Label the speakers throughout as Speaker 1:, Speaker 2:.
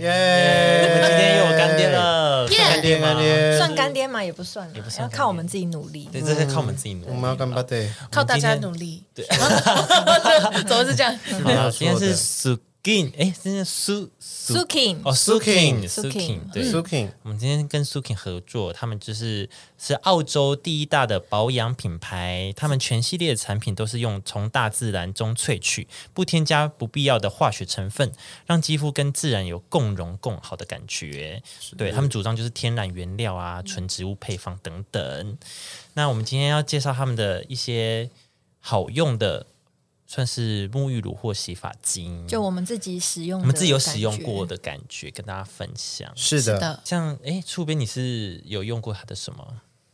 Speaker 1: 耶！
Speaker 2: 哎我们今天又有干爹了，
Speaker 3: 耶
Speaker 2: 算干爹吗
Speaker 1: 干？爹
Speaker 3: 算干爹吗？也不算啦，啊
Speaker 2: 也不算
Speaker 3: 要
Speaker 2: 干爹
Speaker 3: 靠我们自己努力。
Speaker 2: 对，这是靠我们自己努力。
Speaker 1: 我们要干巴爹，
Speaker 4: 靠大家
Speaker 2: 我们今天
Speaker 4: 努力。
Speaker 2: 对，
Speaker 4: 怎么是这样？
Speaker 2: 好了，今
Speaker 1: 今天
Speaker 2: 天是 Sukin，哎，今天是 Su
Speaker 3: Sukin
Speaker 2: 哦 Sukin
Speaker 3: Sukin
Speaker 2: 对
Speaker 1: Suking，
Speaker 2: 我们今天跟 Sukin 合作，他们就是是澳洲第一大的保养品牌，他们全系列的产品都是用从大自然中萃取，不添加不必要的化学成分，让肌肤跟自然有共融共好的感觉。对他们主张就是天然原料啊、纯植物配方等等。那我们今天要介绍他们的一些好用的，算是沐浴乳或洗发精，
Speaker 3: 就我们自己使用，
Speaker 2: 我们自己有使用过，的感觉，跟大家分享。
Speaker 1: 是
Speaker 4: 是
Speaker 1: 的，
Speaker 4: 的，
Speaker 2: 像哎，触边你是有用过它的什么？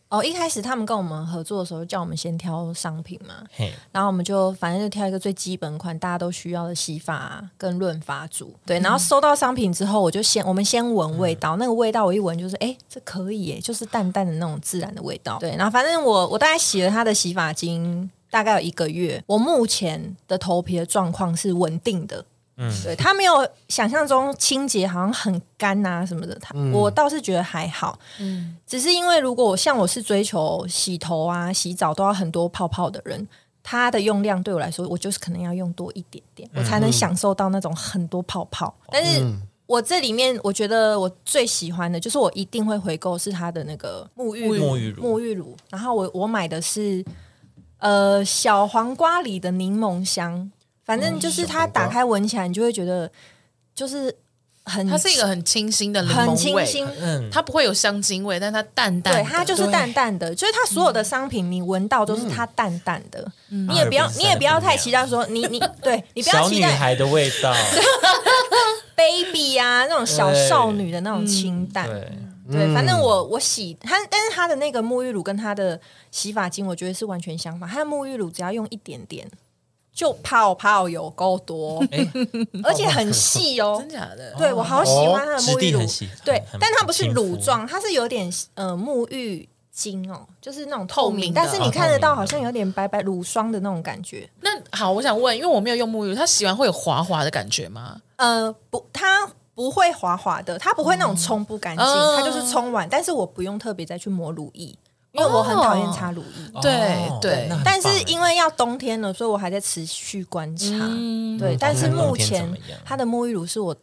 Speaker 3: 哦，一开始他们跟我们合作的时候，叫我们先挑商品嘛，
Speaker 2: 嘿，
Speaker 3: 然后我们就反正就挑一个最基本款，大家都需要的洗发跟润发组。对，然后收到商品之后，我就先我们先闻味道，那个味道我一闻就是，哎，这可以耶，就是淡淡的那种自然的味道。对，然后反正我我大概洗了它的洗发精。大概有一个月，我目前的头皮的状况是稳定的，
Speaker 2: 嗯，
Speaker 3: 对，它没有想象中清洁好像很干啊什么的，它、我倒是觉得还好，
Speaker 4: 嗯，
Speaker 3: 只是因为如果我像我是追求洗头啊、洗澡都要很多泡泡的人，它的用量对我来说，我就是可能要用多一点点，我才能享受到那种很多泡泡。但
Speaker 1: 嗯
Speaker 3: 是我这里面，我觉得我最喜欢的就是我一定会回购是它的那个沐浴乳
Speaker 2: 沐浴乳
Speaker 3: 沐浴乳。然后我我买的是呃小黄瓜里的柠檬香，反
Speaker 2: 嗯
Speaker 3: 正就是它打开闻起来，你就会觉得就是很
Speaker 4: 它是一个很清新的柠
Speaker 3: 嗯很
Speaker 4: 檬
Speaker 3: 清
Speaker 4: 味，
Speaker 3: 新，
Speaker 2: 嗯，
Speaker 4: 它不会有香精味，但它淡淡的，嗯
Speaker 3: 对，它就是淡淡的，就是它所有的商品你闻到
Speaker 2: 嗯
Speaker 3: 都是它淡淡的，你也不要你也不要太期待说你你对你不要
Speaker 2: 啊小
Speaker 3: 期
Speaker 2: 女
Speaker 3: 待
Speaker 2: 孩的味道，
Speaker 3: baby 啊那种小少女的那种
Speaker 4: 嗯
Speaker 3: 清淡。
Speaker 2: 对，
Speaker 3: 对，反正我我洗它，但是它的那个沐浴乳跟它的洗发精，我觉得是完全相反。它的沐浴乳只要用一点点，就泡泡有够多，
Speaker 2: 哎，
Speaker 3: 而且很 细哦
Speaker 4: 真。假的？
Speaker 3: 对我好喜欢它的
Speaker 2: 哦质
Speaker 3: 沐浴
Speaker 2: 地
Speaker 3: 乳
Speaker 2: 很，细，
Speaker 3: 对
Speaker 2: 很，
Speaker 3: 但它不是乳，
Speaker 2: 很亲
Speaker 3: 状，它是有点呃沐浴精哦，就是那种
Speaker 4: 透
Speaker 3: 透
Speaker 4: 明
Speaker 3: 明，
Speaker 4: 的
Speaker 3: 但是你
Speaker 2: 哦
Speaker 3: 看得
Speaker 2: 透
Speaker 3: 到
Speaker 2: 明的
Speaker 3: 好像有点白白乳霜的那种感觉。
Speaker 4: 那好，我想问，因为我没有用沐浴，它洗完会有滑滑的感觉吗？
Speaker 3: 呃，不，它不会滑滑的，它不会那种冲不干净，
Speaker 4: 嗯
Speaker 3: 它就是冲完，但是我不用特别再去抹乳液，因为我
Speaker 4: 哦
Speaker 3: 很讨厌擦乳液。
Speaker 2: 肤
Speaker 4: 对
Speaker 2: 哦
Speaker 4: 对
Speaker 2: 那很棒
Speaker 3: 但是因为要冬天了，所以我还在持续观察。
Speaker 4: 嗯，
Speaker 3: 对，
Speaker 2: 嗯
Speaker 3: 但是
Speaker 2: 冬天
Speaker 3: 目
Speaker 2: 怎
Speaker 3: 前
Speaker 2: 么样
Speaker 3: 它的沐浴乳是我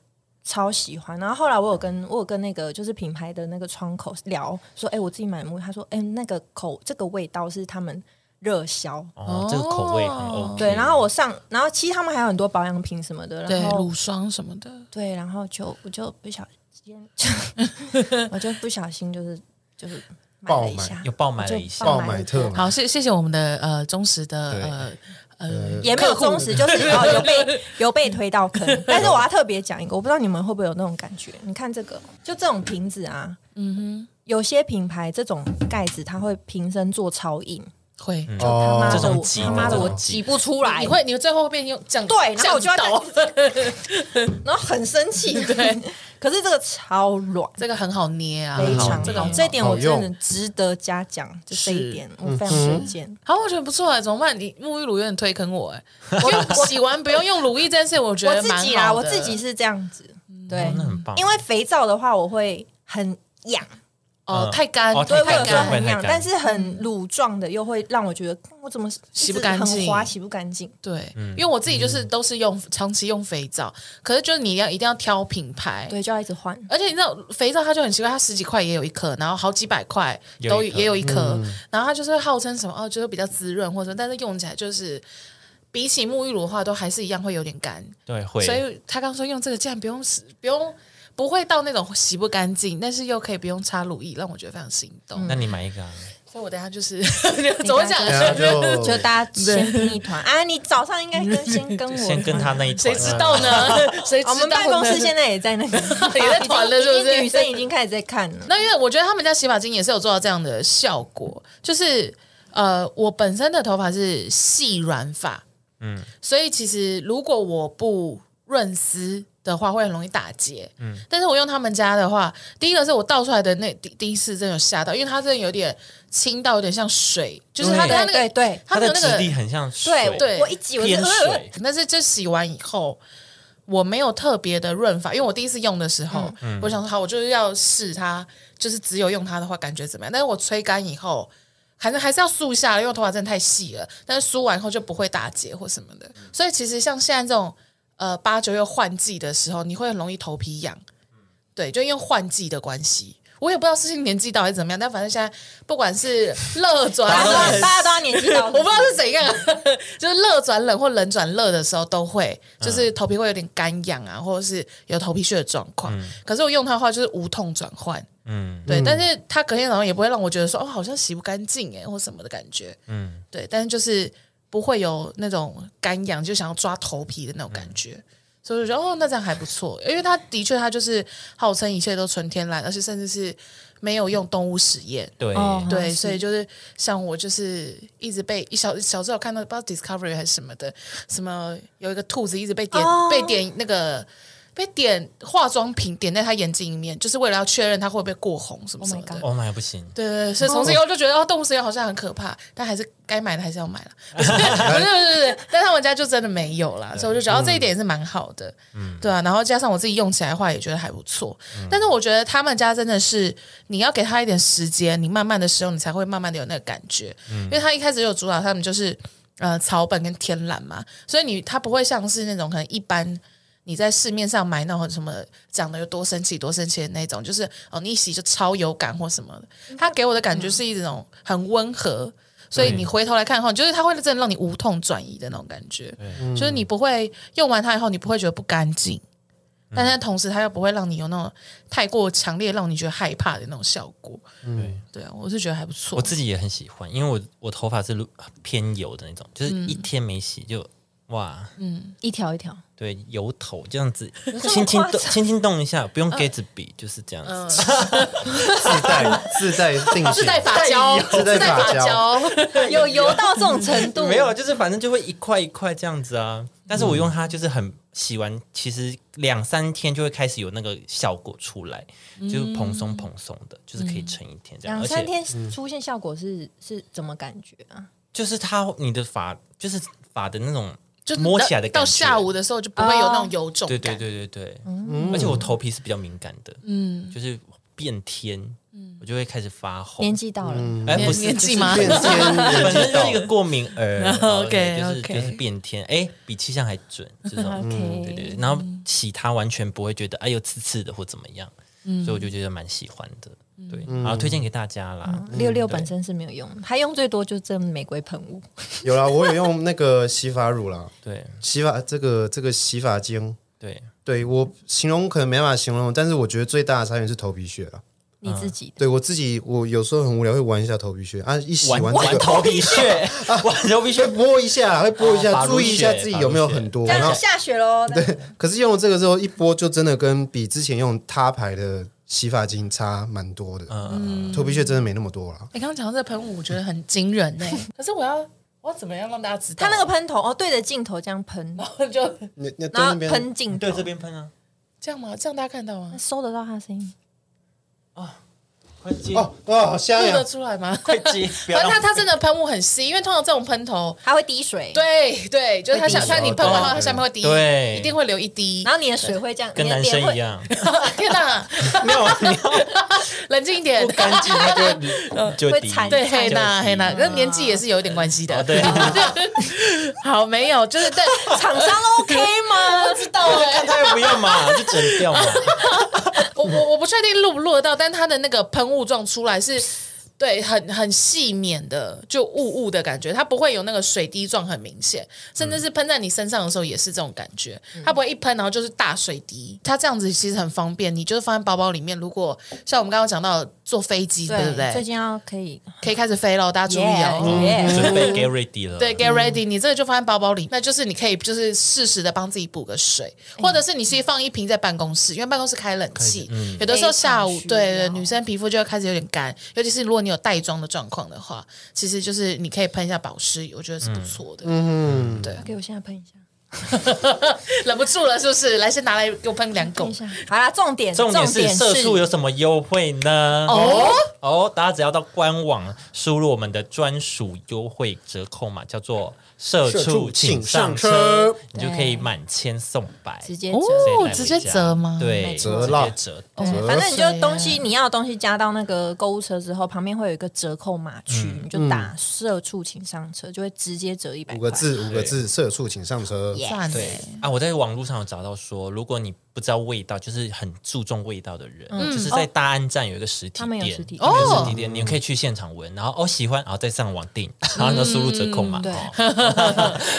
Speaker 3: 超喜欢。然后后来我有跟我有跟那个就是品牌的那个窗口聊说，哎、我自己买的沐浴，他说，哎、那个口这个味道是他们热销。
Speaker 2: 哦，这个口味很 OK，
Speaker 3: 对，然后我上，然后其实他们还有很多保养品什么的，
Speaker 4: 对，
Speaker 3: 然后
Speaker 4: 乳霜什么的，
Speaker 3: 对，然后就我就不小心， 我就不小心就是就是买了一下，
Speaker 2: 又爆买
Speaker 3: 就
Speaker 2: 了一下，
Speaker 3: 爆
Speaker 1: 爆买特买，
Speaker 4: 好，谢谢谢我们的呃忠实的
Speaker 1: 对
Speaker 4: 呃呃
Speaker 3: 也没有
Speaker 4: 客户
Speaker 3: 忠实，就是哦有 被有被推到坑。但是我要特别讲一个，我不知道你们会不会有那种感觉。你看这个，就这种瓶子啊，
Speaker 4: 嗯
Speaker 3: 有些品牌这种盖子它会瓶身做超硬，
Speaker 4: 哼，会。
Speaker 2: 嗯
Speaker 3: 他
Speaker 1: 哦
Speaker 3: 妈
Speaker 2: 这
Speaker 3: 的
Speaker 2: 种
Speaker 3: 我
Speaker 2: 挤
Speaker 3: 他妈的我
Speaker 2: 这种挤
Speaker 3: 挤不出来，
Speaker 4: 你会，你最后会变用这样
Speaker 3: 对，然后我就要
Speaker 4: 这样倒
Speaker 3: 然后很生气。 对，可是这个超软。
Speaker 4: 这个很好捏啊，
Speaker 3: 非常
Speaker 2: 好
Speaker 3: 这
Speaker 4: 这个
Speaker 3: 种
Speaker 4: 很
Speaker 3: 这一点我
Speaker 1: 好用
Speaker 3: 真的值得嘉奖，就这
Speaker 4: 是
Speaker 3: 一点我非常推荐。
Speaker 4: 好，我觉得不错哎，怎么办？你沐浴乳有点推坑我 哎，因为洗完不用用乳液这件事，我觉
Speaker 3: 我
Speaker 4: 得
Speaker 3: 自
Speaker 4: 蛮
Speaker 3: 己
Speaker 4: 好
Speaker 3: 啦，
Speaker 4: 的
Speaker 3: 我自己是这样子，对
Speaker 2: 哦，那很棒，
Speaker 3: 因为肥皂的话我会很痒，
Speaker 4: 哦
Speaker 2: 嗯
Speaker 4: 太干，
Speaker 2: 哦
Speaker 3: 对，
Speaker 2: 太
Speaker 3: 会有
Speaker 2: 干
Speaker 3: 时候
Speaker 2: 会
Speaker 3: 很
Speaker 2: 太
Speaker 3: 痒，
Speaker 2: 干
Speaker 3: 但是很乳状的又会让我觉得嗯我怎么一
Speaker 4: 洗
Speaker 3: 直
Speaker 4: 不干净
Speaker 3: 很滑，洗不干净。
Speaker 4: 对，
Speaker 2: 嗯
Speaker 4: 因为我自己就是都是用长期用肥皂，可是就是你要一定要挑品牌。
Speaker 3: 对，就要一直
Speaker 2: 哦
Speaker 3: 换。
Speaker 4: 而且你知道肥皂它就很奇怪，它十几块也有一颗，然后好几百块
Speaker 2: 有
Speaker 4: 都
Speaker 2: 一颗嗯
Speaker 4: 也有一颗，然后它就是号称什么哦，就是比较滋润或者什么，但是用起来就是比起沐浴乳的话，都还是一样会有点干。
Speaker 2: 对会，
Speaker 4: 所以他刚说用这个竟然不用洗，不用不会到那种洗不干净，但是又可以不用擦乳液，让我觉得非常心动。
Speaker 2: 那你买一个啊，
Speaker 4: 所以我等一下就是 怎么讲？
Speaker 3: 你
Speaker 1: 等下就
Speaker 3: 就大家先拼一团啊！你早上应该跟先跟 我
Speaker 2: 先跟他那一呃
Speaker 4: 谁
Speaker 2: 团
Speaker 4: 知道 呢？谁知
Speaker 3: 哦
Speaker 4: 道
Speaker 3: 我
Speaker 4: 呢
Speaker 3: 们办公室现在也在那 个
Speaker 4: 也在团了
Speaker 3: 已经
Speaker 4: 是不是
Speaker 3: 已经女生已经开始在看了。
Speaker 4: 那因为我觉得他们家洗发精也是有做到这样的效果，就是呃，我本身的头发是细软发，嗯
Speaker 2: 嗯，
Speaker 4: 所以其实如果我不润丝的话，会很容易打结，嗯。但是我用他们家的话，第一个是我倒出来的那第第一次真的有吓到，因为它真的有点清到有点像水，就是它的
Speaker 3: 对
Speaker 4: 它那
Speaker 3: 对
Speaker 4: 个
Speaker 3: 对
Speaker 4: 它
Speaker 2: 它
Speaker 4: 的
Speaker 2: 的
Speaker 4: 那个
Speaker 2: 质地很像水
Speaker 3: 对
Speaker 4: 对
Speaker 3: 我一挤我就呃
Speaker 2: 偏水
Speaker 4: 但是就洗完以后，我没有特别的润发，因为我第一次用的时候，我想说好，我就是要试它，就是只有用它的话感觉怎么样？但是我吹干以后，还是还是要梳一下，因为我头发真的太细了。但是梳完以后就不会打结或什么的。所以其实像现在这种呃八九月换季的时候，你会很容易头皮痒，对，就因为换季的关系。我也不知道是年纪到还是怎么样，但反正现在不管是热转
Speaker 3: 呃
Speaker 4: 啊
Speaker 3: 大家都要
Speaker 4: 冷
Speaker 3: 大家都要年纪到，
Speaker 4: 我不知道是怎样， 就是热转冷或冷转热的时候都会，就是
Speaker 2: 嗯
Speaker 4: 头皮会有点干痒啊，或者是有头皮屑的状况。可是我用它的话就是无痛转换，
Speaker 2: 嗯
Speaker 4: 对，但是它隔天早上也不会让我觉得说哦好像洗不干净哎或什么的感觉，
Speaker 2: 嗯，
Speaker 4: 对，但是就是不会有那种干痒就想要抓头皮的那种感觉。
Speaker 2: 嗯
Speaker 4: 所以我就觉得哦，那这样还不错，因为它的确它就是号称一切都纯天然，而且甚至是没有用动物实验，
Speaker 2: 对，
Speaker 3: 哦
Speaker 4: 对，
Speaker 3: 是
Speaker 4: 所以就是像我就是一直被一小小时候看到不知道 Discovery 还是什么的，什么有一个兔子一直被点、
Speaker 3: 哦
Speaker 4: 被点那个被点化妆品点在他眼睛里面，就是为了要确认他会不会过红什么
Speaker 3: Oh my
Speaker 4: 什么的。
Speaker 3: God
Speaker 2: 哦妈呀，不行，
Speaker 4: 对对对，所以从此以后就觉得哦，动物实验好像很可怕，但还是该买的还是要买了。 对对对对，但他们家就真的没有啦，所以我就觉得、哦这一点也是蛮好的，对啊。然后加上我自己用起来的话，也觉得还不错。但是我觉得他们家真的是，你要给他一点时间，你慢慢的使用，你才会慢慢的有那个感觉。因为他一开始有主打他们就是呃草本跟天然嘛，所以你它不会像是那种可能一般。你在市面上买那种什么讲的有多神奇、多神奇的那种，就是哦，你一洗就超有感或什么的。它给我的感觉是一种很温和，所以你回头来看后，就是它会真的让你无痛转移的那种感觉，就是你不会用完它以后，你不会觉得不干净，但
Speaker 2: 嗯
Speaker 4: 是同时它又不会让你有那种太过强烈让你觉得害怕的那种效果。
Speaker 2: 对。
Speaker 4: 对啊，我是觉得还不错
Speaker 2: 我。自己也很喜欢，因为我我头发是偏油的那种，就是
Speaker 3: 嗯
Speaker 2: 一天没洗就哇，
Speaker 3: 一条一条，
Speaker 2: 对，油头这样子，
Speaker 3: 这么
Speaker 2: 轻轻
Speaker 3: 夸
Speaker 2: 动，
Speaker 3: 张
Speaker 2: 轻轻动一下，不用 get 子笔，就是这样子。
Speaker 1: 自带自带定型，
Speaker 4: 自带发胶，
Speaker 1: 自带发
Speaker 4: 发
Speaker 1: 胶
Speaker 4: 胶，
Speaker 3: 有油到这种程 度，
Speaker 2: 没有，啊就是反正就会一块一块这样子啊。但是我用它就是很洗完，其实两三天就会开始有那个效果出来，就是蓬松蓬松的，就是可以撑一天这样。
Speaker 3: 两
Speaker 2: 啊而
Speaker 3: 三
Speaker 2: 且嗯
Speaker 3: 天出现效果是是怎么感觉啊？
Speaker 2: 就是它你的发就是发的那种
Speaker 4: 就
Speaker 2: 摸起来的感觉，
Speaker 4: 到下午的时候就不会有那种油肿
Speaker 2: 对
Speaker 4: 感。
Speaker 2: 对对对对，嗯而且我头皮是比较敏感的，嗯，就是变天，我就会开始发红
Speaker 3: 年。纪到了，
Speaker 2: 哎，不
Speaker 4: 年
Speaker 2: 是
Speaker 4: 年纪吗
Speaker 2: 就是
Speaker 1: 变天
Speaker 2: 本
Speaker 1: 人
Speaker 2: 身
Speaker 1: 知
Speaker 2: 就
Speaker 1: 道
Speaker 2: 是一个过敏儿哦
Speaker 4: OK，
Speaker 2: 就是就
Speaker 4: OK
Speaker 2: 是变天，哎，比气象还准，这种嗯
Speaker 3: OK
Speaker 2: 对对对，然后洗它完全不会觉得哎呦刺刺的或怎么样，所以我就觉得蛮喜欢的，对，然后推荐给大家啦，
Speaker 3: 六六本身是没有用，它用最多就是这玫瑰喷雾，
Speaker 1: 有啦，我有用那个洗发乳啦，
Speaker 2: 对
Speaker 1: 洗发这个这个洗发精，
Speaker 2: 对，
Speaker 1: 对我形容可能没办法形容，但是我觉得最大的差别是头皮屑啦。
Speaker 3: 你
Speaker 2: 嗯
Speaker 3: 自己的。
Speaker 1: 对我自己，我有时候很无聊会玩一下头皮屑啊，一洗
Speaker 2: 玩
Speaker 1: 完这
Speaker 2: 玩
Speaker 1: 个
Speaker 2: 头皮 屑，玩头皮
Speaker 1: 会
Speaker 2: 屑，
Speaker 1: 拨一下，会拨一
Speaker 2: 哦发
Speaker 1: 下，
Speaker 2: 乳
Speaker 1: 注意一下
Speaker 2: 屑
Speaker 1: 自己
Speaker 2: 发
Speaker 1: 有没有
Speaker 2: 乳屑
Speaker 1: 很多。
Speaker 3: 这
Speaker 1: 然
Speaker 3: 样
Speaker 1: 后
Speaker 3: 就下雪喽，对，
Speaker 1: 可是用了这个之后，一拨就真的跟比之前用他牌的洗发精差蛮多的，
Speaker 2: 嗯，
Speaker 1: 头皮屑真的没那么多了。
Speaker 4: 哎你刚刚讲到这个喷雾，我觉得很惊人 呢、可是我要，我要怎么样让大家知
Speaker 3: 它
Speaker 4: 道？
Speaker 3: 那个喷头哦，对着镜头这样喷，
Speaker 4: 个就
Speaker 1: 你你在
Speaker 3: 然
Speaker 1: 那
Speaker 3: 后
Speaker 1: 边
Speaker 3: 喷镜头
Speaker 2: 对，这边喷啊，
Speaker 4: 这样吗？这样大家看到吗
Speaker 3: 那？收得到它的声音。
Speaker 2: 快接
Speaker 1: 哦哦，好香
Speaker 4: 录得
Speaker 1: 呀！
Speaker 4: 出来吗？
Speaker 2: 快接， 不要
Speaker 4: 反
Speaker 2: 让
Speaker 4: 正它它真的喷雾很细，因为通常这种喷头，
Speaker 3: 它会滴水，，
Speaker 4: 对对，就是它
Speaker 3: 会滴
Speaker 4: 想
Speaker 3: 水
Speaker 4: 它你喷完后，
Speaker 1: 对
Speaker 4: 它下面会滴，
Speaker 2: 哦对
Speaker 4: 一定会留一滴
Speaker 3: 然。后你的水会这样，
Speaker 2: 跟
Speaker 3: 你的
Speaker 2: 男
Speaker 3: 脸
Speaker 2: 生
Speaker 3: 会
Speaker 2: 一，样，
Speaker 4: 天哪，
Speaker 2: 没有你要
Speaker 4: 冷静一点
Speaker 2: 不。干净，它就就
Speaker 3: 会
Speaker 2: 滴
Speaker 3: 残
Speaker 4: 对，
Speaker 3: 残
Speaker 4: 黑娜
Speaker 2: 就是
Speaker 4: 黑娜，跟年纪也是有一点关系的。
Speaker 2: 嗯哦对
Speaker 4: 好，没有，就是哦但
Speaker 3: 厂商 OK 吗？不知道
Speaker 2: 看他又不要嘛，就整掉嘛。
Speaker 4: 我我我不确定录不录得到，但它的那个喷雾状出来是。对，很很细绵的，就雾雾的感觉，它不会有那个水滴状很明显，甚至是喷在你身上的时候也是这种感觉，它不会一喷然后就是大水滴，它这样子其实很方便，你就是放在包包里面。如果像我们刚刚讲到坐飞机，对不
Speaker 3: 最
Speaker 4: 对？
Speaker 3: 近要可以，
Speaker 4: 可以开始飞喽，大家注意哦。
Speaker 3: 耶
Speaker 2: 准备 get ready 了，
Speaker 4: 对，get ready，你这个就放在包包里，那就是你可以就是适时的帮自己补个水，或者是你其实放一瓶在办公室，因为办公室哎开冷气，有的时候下午
Speaker 3: 非常需
Speaker 4: 对对，
Speaker 3: 要
Speaker 4: 女生皮肤就会开始有点干，尤其是如果你有带妆的状况的话，其实就是你可以喷一下保湿，我觉得是不错的。
Speaker 1: 嗯，
Speaker 4: 对，
Speaker 3: 给我现在喷一下，
Speaker 4: 忍不住了，是不是？来，先拿来给我喷两口
Speaker 3: 等一。下，好啦，重点
Speaker 2: 重点是色素有什么优惠呢？
Speaker 4: 哦，
Speaker 2: 哦，大家只要到官网输入我们的专属优惠折扣码，叫做“社
Speaker 1: 社
Speaker 2: 畜
Speaker 1: 畜
Speaker 2: 请
Speaker 1: 请
Speaker 2: 上
Speaker 1: 上
Speaker 2: 车
Speaker 1: 车”，
Speaker 2: 你就可以满千送百，
Speaker 3: 直接折。
Speaker 4: 哦，直
Speaker 2: 直
Speaker 4: 接
Speaker 2: 接带回家
Speaker 4: 折吗？，
Speaker 2: 对，
Speaker 1: 折啦
Speaker 2: 直接折。
Speaker 1: 折
Speaker 3: 哎反正你就东西，你要的东西加到那个购物车之后，旁边会有一个折扣码区，你就打“社畜请上车”，就会直接折一百
Speaker 1: 嗯五
Speaker 3: 块
Speaker 1: 个。字，五个字，社畜请上车。
Speaker 3: Yeah
Speaker 4: 算了
Speaker 2: 对啊，我在网络上有找到说，如果你不知道味道，就是很注重味道的人，就是在大安站有一个实体
Speaker 3: 嗯他们有
Speaker 2: 店，
Speaker 3: 实体店
Speaker 2: 他们有
Speaker 4: 哦
Speaker 2: 实体店，你可以去现场闻，然后哦喜欢，然后再上网订，然后你就输入折扣码。
Speaker 3: 嗯对
Speaker 2: 哦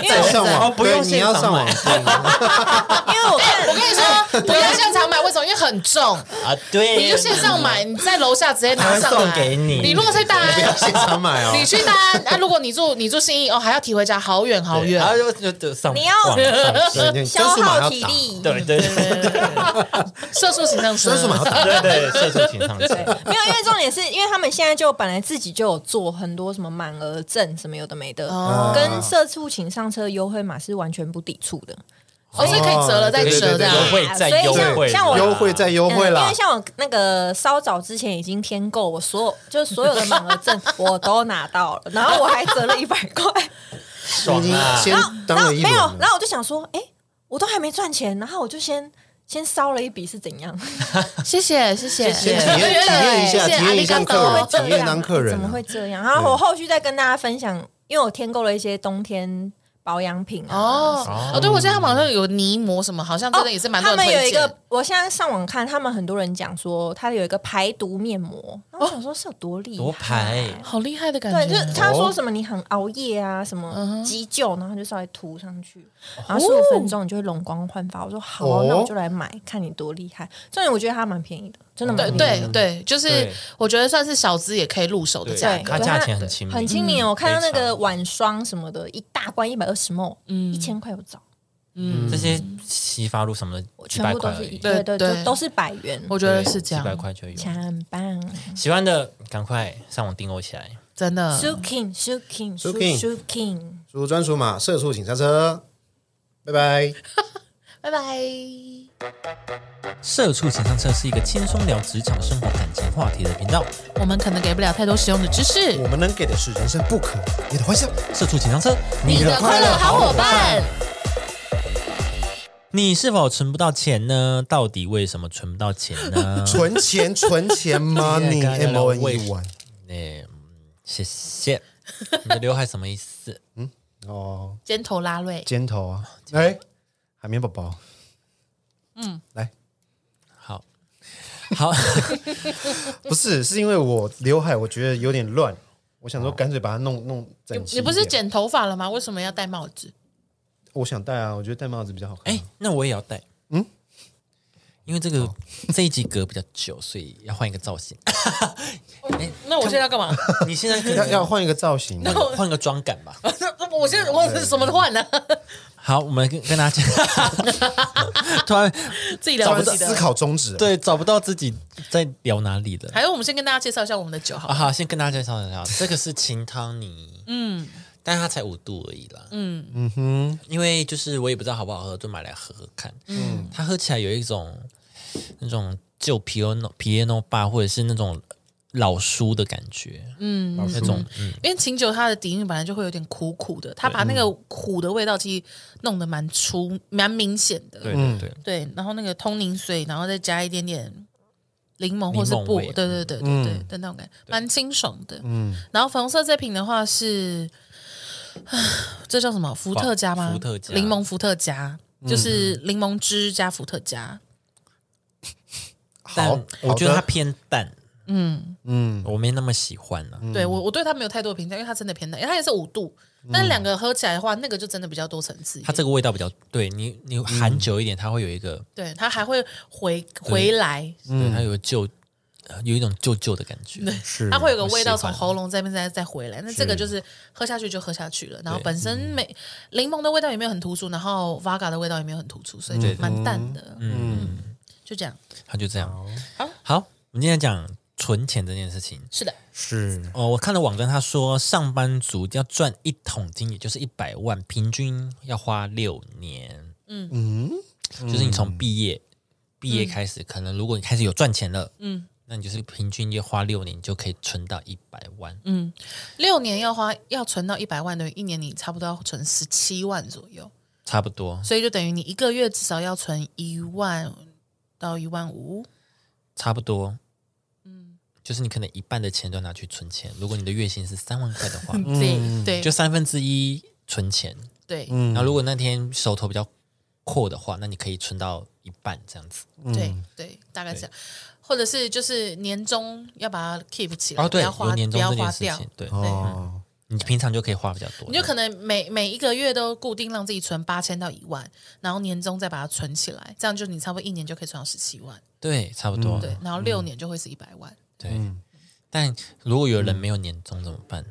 Speaker 4: 哎
Speaker 1: 再上
Speaker 2: 哦
Speaker 1: 网，
Speaker 2: 不用
Speaker 1: 对你要
Speaker 2: 现场
Speaker 1: 上网
Speaker 2: 买
Speaker 1: 订，
Speaker 3: 因 为我看
Speaker 4: 我跟你 说，不要现场买，为什么？因为很重，
Speaker 2: 啊，对，
Speaker 4: 你就线上买，你在楼下直接拿上
Speaker 2: 他会送
Speaker 4: 来。
Speaker 2: 给你
Speaker 4: 你如果在大
Speaker 1: 不 要
Speaker 4: 安，
Speaker 1: 现场买哦
Speaker 4: 你。去大安，啊，如果你住你住信义，哦，还要提回家，好远好
Speaker 2: 对
Speaker 4: 远
Speaker 2: 然。后就就就上
Speaker 3: 你要
Speaker 2: 网上
Speaker 1: 对你
Speaker 3: 消
Speaker 1: 分数码要
Speaker 3: 耗
Speaker 1: 打
Speaker 3: 体力，
Speaker 2: 对对对
Speaker 4: 对对对色素形象
Speaker 1: 分数码要打
Speaker 2: 对对，社畜请上车
Speaker 3: 对。，没有，因为重点是因为他们现在就本来自己就有做很多什么满额赠什么有的没的，
Speaker 4: 哦
Speaker 3: 跟社畜请上车优惠码是完全不抵触的。
Speaker 4: 哦，所以可以折了再折这样
Speaker 1: 对对对对
Speaker 2: 优。惠再优惠啦，
Speaker 3: 所以像像我
Speaker 1: 优惠再优惠
Speaker 3: 嗯因
Speaker 1: 啦
Speaker 3: 为。像我那个稍早之前已经添购，我所有就是所有的满额 赠我都拿到了，然后我还折了一百块，
Speaker 1: 你已
Speaker 2: 爽
Speaker 1: 经
Speaker 2: 啊！
Speaker 1: 先当
Speaker 3: 然后
Speaker 1: 了一
Speaker 3: 没
Speaker 1: 轮
Speaker 3: 有
Speaker 1: 了，
Speaker 3: 然后我就想说，哎，我都还没赚钱，然后我就先先烧了一笔是怎 样？
Speaker 4: 谢谢谢谢
Speaker 1: 先体验体验一下，
Speaker 4: 谢谢
Speaker 1: 体验一下
Speaker 4: 阿
Speaker 1: 客
Speaker 4: 里嘎多
Speaker 1: 人，
Speaker 3: 怎
Speaker 1: 体
Speaker 3: 么会这
Speaker 1: 验
Speaker 3: 样
Speaker 1: 当客人
Speaker 3: 怎么
Speaker 1: 啊。
Speaker 3: 会这样？然后我后续再跟大家分享，因为我添购了一些冬天保养品啊。
Speaker 4: 哦哦，对，我记得他们好像有泥膜什么，好像真的也是蛮多
Speaker 3: 哦他
Speaker 4: 人推
Speaker 3: 们
Speaker 4: 荐。
Speaker 3: 有一个，我现在上网看，他们很多人讲说，它有一个排毒面膜。然后我想说是有多厉害，啊
Speaker 2: 多排
Speaker 4: 好厉害的感
Speaker 3: 对，
Speaker 4: 觉，嗯
Speaker 3: 就是他
Speaker 2: 哦
Speaker 3: 说什么你很熬夜啊，什么急救，然后就稍微涂上去，
Speaker 4: 哦
Speaker 3: 然后十五分钟你就会容光焕发。我说好啊、
Speaker 1: 哦
Speaker 3: 那我就来买，看你多厉害。重点我觉得它蛮便宜的，真的蛮
Speaker 4: 对
Speaker 3: 便宜的。
Speaker 4: 对对，就是
Speaker 2: 对
Speaker 4: 我觉得算是小资也可以入手的价
Speaker 2: 对，
Speaker 4: 格。
Speaker 2: 它价钱很亲民，嗯
Speaker 3: 很亲民哦。我看到那
Speaker 2: 非
Speaker 3: 个
Speaker 2: 常
Speaker 3: 晚霜什么的，一大罐一百二十 ml，一
Speaker 4: 嗯
Speaker 3: 千块有找，
Speaker 2: 这些洗发露什么的，
Speaker 3: 我
Speaker 2: 几
Speaker 3: 全
Speaker 2: 百
Speaker 3: 部
Speaker 2: 块
Speaker 3: 都
Speaker 2: 而
Speaker 3: 是
Speaker 2: 已，
Speaker 3: 对
Speaker 4: 对
Speaker 3: 对，
Speaker 4: 对
Speaker 3: 就都是百元，
Speaker 4: 我觉得是这
Speaker 2: 几百
Speaker 4: 样，
Speaker 2: 块就有。
Speaker 3: 很棒。
Speaker 2: 喜欢的赶快上网订购起来。
Speaker 4: 真的。
Speaker 3: Suking Suking
Speaker 1: Suking
Speaker 3: Suking，
Speaker 1: 输入专属码，社畜请上车，拜拜。
Speaker 4: 拜拜。
Speaker 2: 社畜情商车是一个轻松聊职场、生活、感情话题的频道。
Speaker 4: 我们可能给不了太多实用的知识，
Speaker 1: 我们能给的是人生不可也的欢笑。
Speaker 2: 社畜情商车，
Speaker 4: 你的快乐好伙伴。
Speaker 2: 你是否存不到钱呢？到底为什么存不到钱 呢？
Speaker 1: 存钱，存钱 ，money
Speaker 2: 刚才
Speaker 1: m
Speaker 2: 聊
Speaker 1: o
Speaker 2: 为
Speaker 1: n e y
Speaker 2: 哎，嗯谢谢。你的刘海什么意思？
Speaker 1: 哦，
Speaker 4: 尖头拉瑞，
Speaker 1: 尖头啊，哎，海绵宝宝，嗯，来，
Speaker 2: 好 好，
Speaker 1: 不是，是因为我刘海我觉得有点乱，我想说干脆把它弄弄整齐一
Speaker 4: 你
Speaker 1: 点。
Speaker 4: 不是剪头发了吗？为什么要戴帽子？
Speaker 1: 我想戴啊，我觉得戴帽子比较好看。
Speaker 2: 哎，那我也要戴。嗯，因为这个这一集隔比较久，所以要换一个造 型。
Speaker 4: 那我现在要干嘛？
Speaker 2: 你现在可
Speaker 1: 要
Speaker 2: 以
Speaker 1: 要换一个造型，
Speaker 2: 换个换个妆感吧。
Speaker 4: 我现在我
Speaker 2: 嗯
Speaker 4: 什么换呢？
Speaker 2: 好，我们跟跟大家讲， 突然
Speaker 4: 自己
Speaker 1: 找
Speaker 4: 聊
Speaker 1: 不
Speaker 4: 自
Speaker 1: 到
Speaker 4: 己
Speaker 1: 思
Speaker 4: 的。
Speaker 1: 考啊终止。，
Speaker 2: 对找不到自己在聊哪里了。
Speaker 4: 还有，我们先跟大家介绍一下我们的酒好
Speaker 2: 啊，
Speaker 4: 了，
Speaker 2: 好，先跟大家介绍一下，这个是清汤泥，嗯，但它才五度而已啦，嗯嗯哼，因为就是我也不知道好不好喝，就买来喝喝看，嗯，它喝起来有一种那种旧 piano piano bar 或者是那种老书的感觉，那种嗯
Speaker 4: 因为琴酒它的底蕴本来就会有点苦苦的，它把那个
Speaker 2: 嗯
Speaker 4: 苦的味道其实弄得蛮出蛮明显的。
Speaker 2: 对对对，
Speaker 4: 对，然后那个通灵水，然后再加一点点柠檬或是
Speaker 2: 柠檬
Speaker 4: 薄，
Speaker 2: 味嗯
Speaker 4: 对对对对对的那种感觉，蛮清爽的。嗯，然后粉红色这瓶的话是，唉这叫什么？伏特加吗？
Speaker 2: 伏特加嗯
Speaker 4: 柠檬伏特加，就是柠檬汁加伏特加。
Speaker 2: 但
Speaker 1: 好，
Speaker 2: 我觉得它
Speaker 1: 好的
Speaker 2: 偏淡，嗯嗯，我没那么喜欢呢、
Speaker 4: 对我我对它没有太多的评价，因为它真的偏淡，因为它也是五度，但两个合起来的话，那个就真的比较多层次一点。
Speaker 2: 它这个味道比较对你，你含久一点，它会有一个，
Speaker 4: 对它还会回回来，
Speaker 2: 对，它有个旧，呃有一种旧旧的感觉，
Speaker 1: 是
Speaker 4: 它会有个味道
Speaker 2: 我喜
Speaker 4: 从
Speaker 2: 欢
Speaker 4: 喉咙这边再再回来。那这个就是喝下去就喝下去了，然后本身没柠檬的味道也没有很突出，然后 Vaga 的味道也没有很突出，所以就蛮淡的。嗯，就这样。
Speaker 2: 他就这样。好，我们今天讲存钱这件事情。
Speaker 4: 是的，
Speaker 1: 是
Speaker 2: 哦，我看了网站，他说上班族要赚一桶金，也就是一百万，平均要花六年。
Speaker 1: 嗯，
Speaker 2: 就是你从毕业毕业开始，可能如果你开始有赚钱了，
Speaker 4: 嗯
Speaker 2: 嗯，那你就是平均要花六年，你就可以存到一百万。
Speaker 4: 嗯，六年要花要存到一百万，等于一年你差不多要存十七万左右，
Speaker 2: 差不多，
Speaker 4: 所以就等于你一个月至少要存一万到一万五。
Speaker 2: 差不多，嗯，就是你可能一半的钱都拿去存钱。如果你的月薪是三万块的话，
Speaker 4: 对
Speaker 2: 就
Speaker 4: 对
Speaker 2: 三分之一存钱。
Speaker 4: 对
Speaker 1: 嗯
Speaker 2: 然后如果
Speaker 4: 嗯
Speaker 2: 那天手头比较阔的话，那你可以存到一半这样子。
Speaker 1: 嗯
Speaker 4: 对对，大概是这样。或者是就是年终要把它 keep 起
Speaker 2: 哦，
Speaker 4: 来，不
Speaker 2: 对，
Speaker 4: 要
Speaker 2: 有
Speaker 4: 花
Speaker 2: 年
Speaker 4: 不
Speaker 2: 终
Speaker 4: 要
Speaker 2: 这
Speaker 4: 花
Speaker 2: 件事
Speaker 4: 掉。
Speaker 2: 情，对，
Speaker 1: 哦，
Speaker 2: 你平常就可以花比较多。
Speaker 4: 你就可能每每一个月都固定让自己存八千到一万，然后年终再把它存起来，这样就你差不多一年就可以存到十七万，
Speaker 2: 对，差不多，
Speaker 4: 对，然后六年就会是一百万，
Speaker 2: 对。
Speaker 1: 嗯
Speaker 2: 但如果有人没有年终怎么办？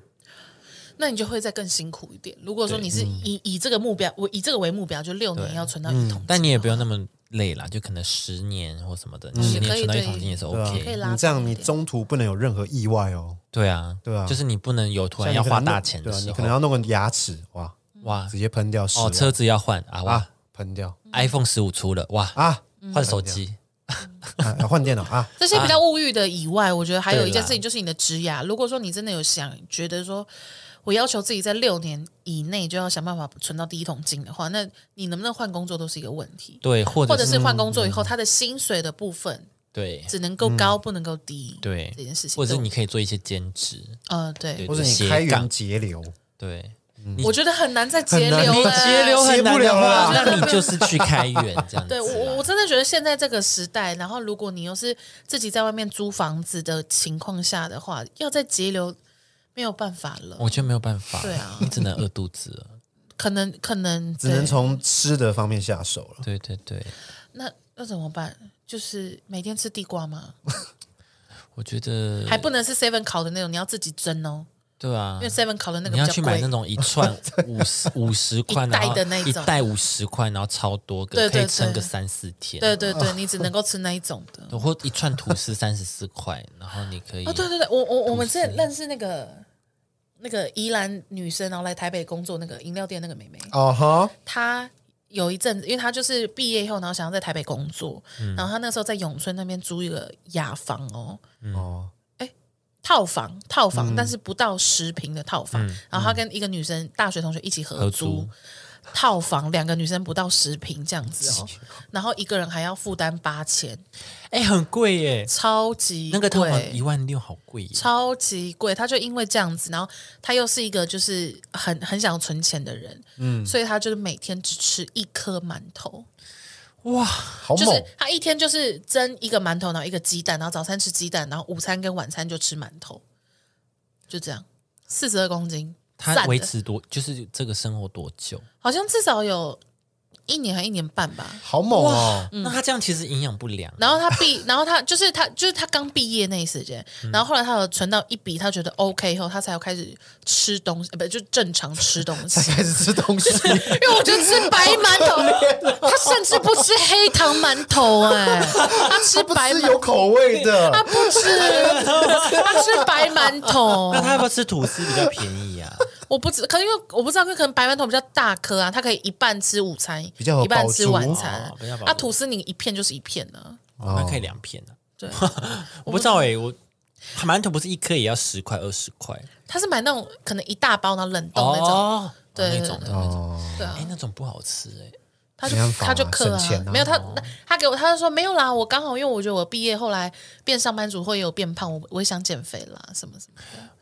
Speaker 4: 那你就会再更辛苦一点。如果说你是
Speaker 2: 嗯
Speaker 4: 以、以这个目标，我以这个为目标，就六年要存到一桶金，
Speaker 2: 但你也不用那么累啦，就可能十年或什么的，
Speaker 4: 嗯
Speaker 2: 十年存到一桶金也是
Speaker 4: 可以
Speaker 2: OK。
Speaker 4: 拉
Speaker 1: 你这样
Speaker 4: 长一
Speaker 1: 你
Speaker 4: 点
Speaker 1: 中途不能有任何意外哦，
Speaker 2: 对啊，
Speaker 1: 对啊
Speaker 2: 就是你不能有突
Speaker 1: 不
Speaker 2: 然要花大钱的
Speaker 1: 对啊，
Speaker 2: 时
Speaker 1: 你
Speaker 2: 候
Speaker 1: 可能，要弄个牙齿哇，
Speaker 4: 嗯
Speaker 2: 哇
Speaker 1: 直接喷掉10
Speaker 2: 哦，
Speaker 1: 万
Speaker 2: 车子要换啊，哇
Speaker 1: 啊喷掉
Speaker 2: iPhone 十五出了，哇，
Speaker 1: 啊，
Speaker 4: 嗯
Speaker 2: 换手机，
Speaker 1: 啊要换电脑啊，
Speaker 4: 这些比较物欲的以外，我觉得还有
Speaker 2: 对
Speaker 4: 一件
Speaker 2: 啦
Speaker 4: 事情就是你的职涯。如果说你真的有想觉得说，我要求自己在六年以内就要想办法存到第一桶金的话，那你能不能换工作都是一个问题。
Speaker 2: 对，或
Speaker 4: 或
Speaker 2: 者
Speaker 4: 者
Speaker 2: 是嗯
Speaker 4: 是换工作以后，他的薪水的部分
Speaker 2: 对
Speaker 4: 只能够高，不能够低。
Speaker 2: 嗯对
Speaker 4: 这件事情，
Speaker 2: 或者是你可以做一些兼职，
Speaker 4: 呃，对
Speaker 2: 对，
Speaker 1: 或者你
Speaker 2: 斜
Speaker 1: 开源
Speaker 2: 杠
Speaker 1: 节流，
Speaker 2: 对，
Speaker 4: 我觉得很难再
Speaker 1: 很
Speaker 4: 节
Speaker 1: 难
Speaker 4: 流
Speaker 1: 你
Speaker 4: 了。
Speaker 2: 节流
Speaker 1: 很
Speaker 2: 很难啊
Speaker 1: 难的
Speaker 2: 的
Speaker 1: 话
Speaker 2: 话，那你就是去开源这样子啦。
Speaker 4: 对我，我我真的觉得现在这个时代，然后如果你又是自己在外面租房子的情况下的话，要再节流没有办法了，
Speaker 2: 我觉得没有办法，
Speaker 4: 对啊
Speaker 2: 你只能饿肚子了。
Speaker 4: 可能可能
Speaker 1: 只能
Speaker 4: 对
Speaker 1: 从吃的方面下手了。
Speaker 2: 对对对，
Speaker 4: 那那怎么办？就是每天吃地瓜吗？
Speaker 2: 我觉得
Speaker 4: 还不能是 seven 烤的那种，你要自己蒸哦，
Speaker 2: 对啊
Speaker 4: 因为，seven 烤的那
Speaker 2: 你
Speaker 4: 个比
Speaker 2: 要
Speaker 4: 较
Speaker 2: 去买那
Speaker 4: 贵。
Speaker 2: 种一串 五十五十块，
Speaker 4: 一袋
Speaker 2: 然后
Speaker 4: 的那一
Speaker 2: 一
Speaker 4: 种
Speaker 2: 袋五十块，然后超多
Speaker 4: 对
Speaker 2: 个，
Speaker 4: 对
Speaker 2: 可以撑
Speaker 4: 对
Speaker 2: 个三四天。
Speaker 4: 对对 对，你只能够吃那一种的。
Speaker 2: 对，或一串吐司三十四块，然后你可以
Speaker 4: 哦，对对对，我我我们之前认识那个那个宜兰女生，然后来台北工作那个饮料店那个妹妹，
Speaker 2: 啊
Speaker 1: 哦哈，
Speaker 4: 她有一阵子，因为她就是毕业以后，然后想要在台北工作，
Speaker 2: 嗯
Speaker 4: 然后她那时候在永春那边租一个雅房哦，
Speaker 2: 嗯
Speaker 1: 哦，
Speaker 4: 套房套房，但是不到十平的套房，然后她跟一个女生大学同学一起
Speaker 2: 嗯
Speaker 4: 合
Speaker 2: 合
Speaker 4: 租
Speaker 2: 租。
Speaker 4: 套房两个女生不到十平这样子哦，然后一个人还要负担八千，
Speaker 2: 哎、很贵耶，
Speaker 4: 超级
Speaker 2: 那个套
Speaker 4: 贵
Speaker 2: 房一万六，好贵耶。
Speaker 4: 超级贵，他就因为这样子，然后他又是一个就是很很想存钱的人，嗯，所以他就是每天只吃一颗馒头，
Speaker 1: 好
Speaker 4: 就
Speaker 1: 猛
Speaker 4: 是他一天就是蒸一个馒头，然后一个鸡蛋，然后早餐吃鸡蛋，然后午餐跟晚餐就吃馒头，就这样，四十二公斤，
Speaker 2: 他
Speaker 4: 散
Speaker 2: 维
Speaker 4: 的
Speaker 2: 持多，就是这个生活多久？
Speaker 4: 好像至少有一年还一年半吧。
Speaker 1: 好猛哦！
Speaker 4: 嗯
Speaker 2: 那他这样其实营养不良。
Speaker 4: 然后他毕，然后他就是他就是他刚毕业那一时间，
Speaker 2: 嗯
Speaker 4: 然后后来他有存到一笔，他觉得 OK 以后，他才有开始吃东西，呃不就正常吃东 西
Speaker 1: 才。开始吃东西，
Speaker 4: 因为我觉得吃白馒头，他甚至不吃黑糖馒头、哎，他吃白啊
Speaker 1: 是
Speaker 4: 馒
Speaker 1: 有口味的，
Speaker 4: 他不吃， 他吃白馒头
Speaker 2: 那。他要不要吃吐司比较便宜啊？
Speaker 4: 我不知，可能因为我不知道，因为可能白馒头比较大颗啊，它可以一半吃午餐，
Speaker 1: 比较有
Speaker 4: 一半吃晚餐
Speaker 2: 饱足哦比较。饱足
Speaker 4: 啊，吐司你一片就是一片呢、
Speaker 2: 哦那可以两片啊。
Speaker 4: 对，
Speaker 2: 我不知道哎、我馒头不是一颗也要十块二十块
Speaker 4: 他是买那种可能一大包然后冷哦冻那
Speaker 2: 哦
Speaker 4: 种，，对
Speaker 2: 那种的
Speaker 4: 对
Speaker 2: 那
Speaker 1: 哦
Speaker 2: 种，
Speaker 4: 对啊
Speaker 2: 哎、那种不好吃哎、
Speaker 4: 他就
Speaker 1: 没办法啊
Speaker 4: 他就克啊
Speaker 1: 省钱啊
Speaker 4: 没有他那他给我他就说没有啦，我刚好因为我觉得我毕业后来变上班族会有变胖，我我也想减肥啦，什么什么。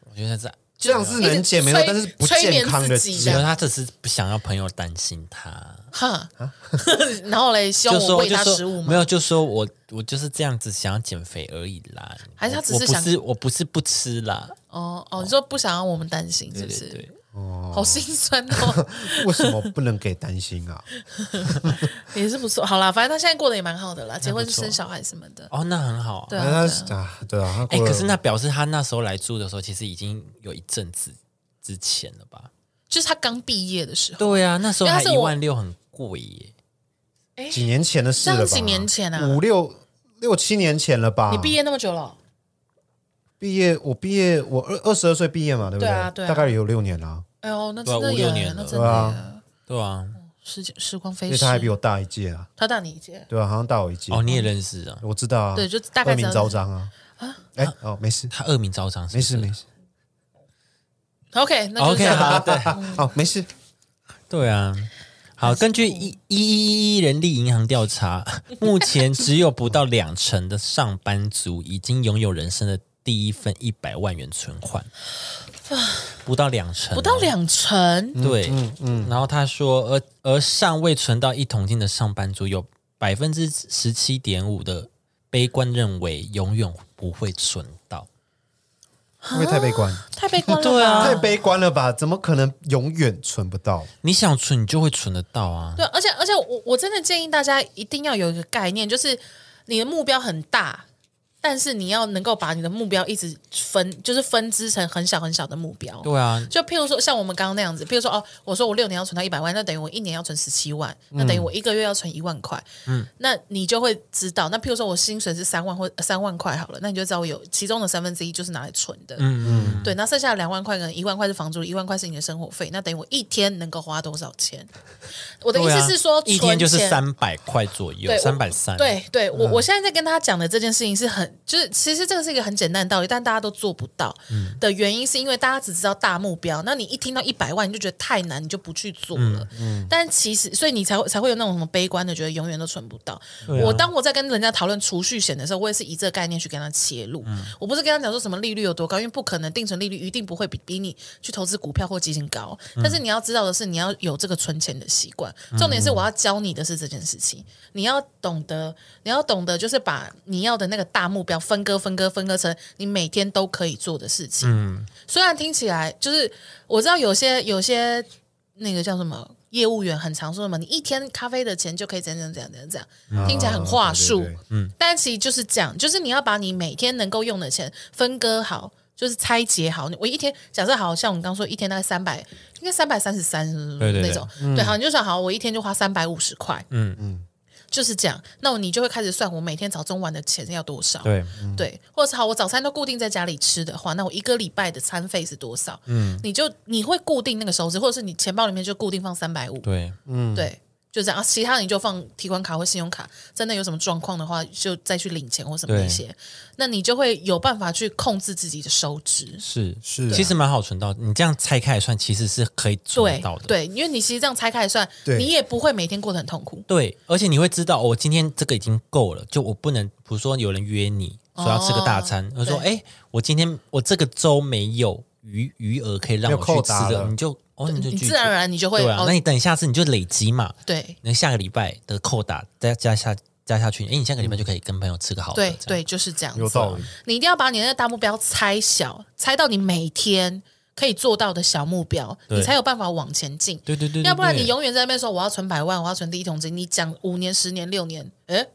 Speaker 2: 我觉得是，
Speaker 1: 这样是能减没有，
Speaker 4: 催
Speaker 1: 但是不健康的
Speaker 4: 催眠自己
Speaker 2: 我觉
Speaker 4: 这
Speaker 1: 减
Speaker 4: 样
Speaker 2: 得他只是不想要朋友担心他。
Speaker 4: 哈，
Speaker 1: 啊
Speaker 4: 然后嘞，希望
Speaker 2: 就
Speaker 4: 我
Speaker 2: 说
Speaker 4: 喂
Speaker 2: 就
Speaker 4: 他食物
Speaker 2: 说没
Speaker 4: 吗？
Speaker 2: 有，就说我我就是这样子想要减肥而已啦。
Speaker 4: 还是他只
Speaker 2: 我
Speaker 4: 是
Speaker 2: 我不
Speaker 4: 想
Speaker 2: 是我不是不吃啦，
Speaker 4: 哦哦，你说不想让我们担心，是
Speaker 2: 对
Speaker 4: 不
Speaker 2: 对对
Speaker 4: 是？，好心酸哦，
Speaker 1: 为什么不能给担心啊？
Speaker 4: 也是不错。好啦，反正他现在过得也蛮好的啦，结婚
Speaker 2: 不错
Speaker 4: 生小孩什么的。
Speaker 2: 哦，那很好啊。
Speaker 4: 对啊，
Speaker 1: 那
Speaker 4: 对啊
Speaker 1: 他啊，对啊，他
Speaker 2: 哎、
Speaker 1: 过
Speaker 2: 可
Speaker 1: 了
Speaker 2: 是那表示他那时候来住的时候，其实已经有一阵子之前了吧？
Speaker 4: 就是他刚毕业的时候，
Speaker 2: 对啊，那时候
Speaker 4: 因为
Speaker 2: 还
Speaker 4: 他是
Speaker 2: 一
Speaker 4: 我
Speaker 2: 万六很贵耶。
Speaker 1: 几年前的事了吧？
Speaker 4: 这样几年前啊
Speaker 2: 啊
Speaker 1: 五六六七年前了吧？
Speaker 4: 你毕业那么久了，
Speaker 1: 毕业我毕业我二二十二岁毕业嘛，对不
Speaker 4: 对啊对啊
Speaker 1: 大概有六年啦，
Speaker 4: 哎呦，那
Speaker 2: 对啊
Speaker 4: 真的
Speaker 2: 五
Speaker 4: 耶
Speaker 2: 六年，
Speaker 4: 那
Speaker 2: 了
Speaker 4: 真的
Speaker 1: 对啊
Speaker 4: 耶，
Speaker 2: 对啊，
Speaker 4: 时间时光
Speaker 1: 因
Speaker 4: 飞
Speaker 1: 为
Speaker 4: 逝。
Speaker 1: 他还比我大一届啊，
Speaker 4: 他大你一届，
Speaker 1: 对啊，好像大我一届
Speaker 2: 哦，，你也认识啊？
Speaker 1: 我知道啊，
Speaker 4: 对，就大
Speaker 1: 恶
Speaker 4: 概这
Speaker 1: 名
Speaker 4: 样
Speaker 1: 昭彰啊哎哦，没事
Speaker 2: 他恶名昭彰，是
Speaker 1: 没
Speaker 2: 不是
Speaker 1: 事没事，
Speaker 4: OK，那就这
Speaker 2: OK，
Speaker 4: 样
Speaker 2: 好，
Speaker 4: 吧。
Speaker 2: 啊对
Speaker 1: 哦没事，
Speaker 2: 对啊。好，根据一一一一人力银行调查，目前只有不到两成的上班族已经拥有人生的第一份一百万元存款，不到两成哦，
Speaker 4: 不到两成，
Speaker 2: 对，嗯嗯。然后他说，而而尚未存到一桶金的上班族有百分之十七点五的悲观认为永远不会存到。
Speaker 1: 会不会太悲观？
Speaker 4: 太悲观了吧。
Speaker 2: 对啊
Speaker 1: 太悲观了吧？怎么可能永远存不到？
Speaker 2: 你想存，你就会存得到啊。
Speaker 4: 对，而且而且我我真的建议大家一定要有一个概念，就是你的目标很大，但是你要能够把你的目标一直分，就是分支成很小很小的目标。
Speaker 2: 对啊，
Speaker 4: 就譬如说，像我们刚刚那样子，譬如说，哦，我说我六年要存到一百万，那等于我一年要存十七万，那
Speaker 2: 嗯
Speaker 4: 等于我一个月要存一万块，嗯，那你就会知道。那譬如说我薪水是三万或呃三万块好了，那你就知道我有其中的三分之一就是拿来存的，
Speaker 2: 嗯嗯，
Speaker 4: 对，那剩下的两万块跟一万块是房租，一万块是你的生活费，那等于我一天能够花多少钱？我的意
Speaker 2: 对啊
Speaker 4: 思是说，
Speaker 2: 一天就是
Speaker 4: 存钱。
Speaker 2: 三百块左右
Speaker 4: 对，我
Speaker 2: 三百三。，嗯
Speaker 4: 对，对我、我现在在跟他讲的这件事情是很，就是其实这个是一个很简单的道理，但大家都做不到
Speaker 2: 嗯
Speaker 4: 的原因，是因为大家只知道大目标，那你一听到一百万你就觉得太难，你就不去做了。
Speaker 2: 嗯
Speaker 4: 但其实，所以你才会才会有那种什么悲观的，觉得永远都存不到。
Speaker 2: 对啊
Speaker 4: 我当我在跟人家讨论储蓄险的时候，我也是以这个概念去跟他切入。
Speaker 1: 嗯
Speaker 4: 我不是跟他讲说什么利率有多高，因为不可能定存利率一定不会比比你去投资股票或基金高。
Speaker 1: 嗯
Speaker 4: 但是你要知道的是，你要有这个存钱的习惯。重点是我要教你的是这件事情，你要懂得，你要懂得就是把你要的那个大目标分割、分割、分割成你每天都可以做的事情。
Speaker 1: 嗯
Speaker 4: 虽然听起来就是我知道有些有些那个叫什么业务员很常说什么，你一天咖啡的钱就可以怎样怎样怎样怎样怎样，听起来很话术
Speaker 1: 啊对对对，
Speaker 4: 嗯，但其实就是这样，就是你要把你每天能够用的钱分割好。就是拆解好，我一天假设好像我们刚说一天大概三百，应该三百三十三
Speaker 2: 对对对
Speaker 4: 那种，对，好，你就想好，我一天就花三百五十块，
Speaker 2: 嗯
Speaker 4: 嗯，就是这样，那我你就会开始算我每天早中晚的钱要多少，
Speaker 2: 对，嗯
Speaker 4: 对，或者是好，我早餐都固定在家里吃的话，那我一个礼拜的餐费是多少？嗯，你就你会固定那个收支，或者是你钱包里面就固定放三百五，
Speaker 2: 对，
Speaker 4: 对，就这样。啊其他你就放提款卡或信用卡，真的有什么状况的话，就再去领钱或什么
Speaker 2: 对
Speaker 4: 那些，那你就会有办法去控制自己的收支。
Speaker 2: 是
Speaker 1: 是啊
Speaker 2: 其实蛮好存到。你这样拆开来算，其实是可以存
Speaker 4: 对
Speaker 2: 到的。
Speaker 4: 对，因为你其实这样拆开来算，
Speaker 1: 对
Speaker 4: 你也不会每天过得很痛苦。
Speaker 2: 对，而且你会知道，哦我今天这个已经够了，就我不能，比如说有人约你说要吃个大餐，他、说，
Speaker 4: 哦对
Speaker 2: 哎，我今天我这个周没有余余额可以让
Speaker 1: 没有
Speaker 2: 我去
Speaker 1: 扣
Speaker 2: 吃
Speaker 1: 打
Speaker 2: 的，
Speaker 1: 了
Speaker 2: 你就哦，你就
Speaker 4: 你
Speaker 2: 拒
Speaker 4: 自
Speaker 2: 绝
Speaker 4: 然而然你就会
Speaker 2: 对啊，
Speaker 4: 哦
Speaker 2: 那你等下次你就累积嘛，
Speaker 4: 对
Speaker 2: 那下个礼拜的扣打再加下加下去，哎，你下个礼拜就可以跟朋友吃个好的，
Speaker 4: 对
Speaker 2: 这样
Speaker 4: 对，就是这样子。
Speaker 1: 有道理。
Speaker 4: 你一定要把你的那个大目标拆小，拆到你每天可以做到的小目标，
Speaker 2: 对
Speaker 4: 你才有办法往前进。
Speaker 2: 对对对，对
Speaker 4: 要不然
Speaker 2: 对
Speaker 4: 你永远在那边说我要存百万，我要存第一桶金，你讲五年、十年、六年，诶，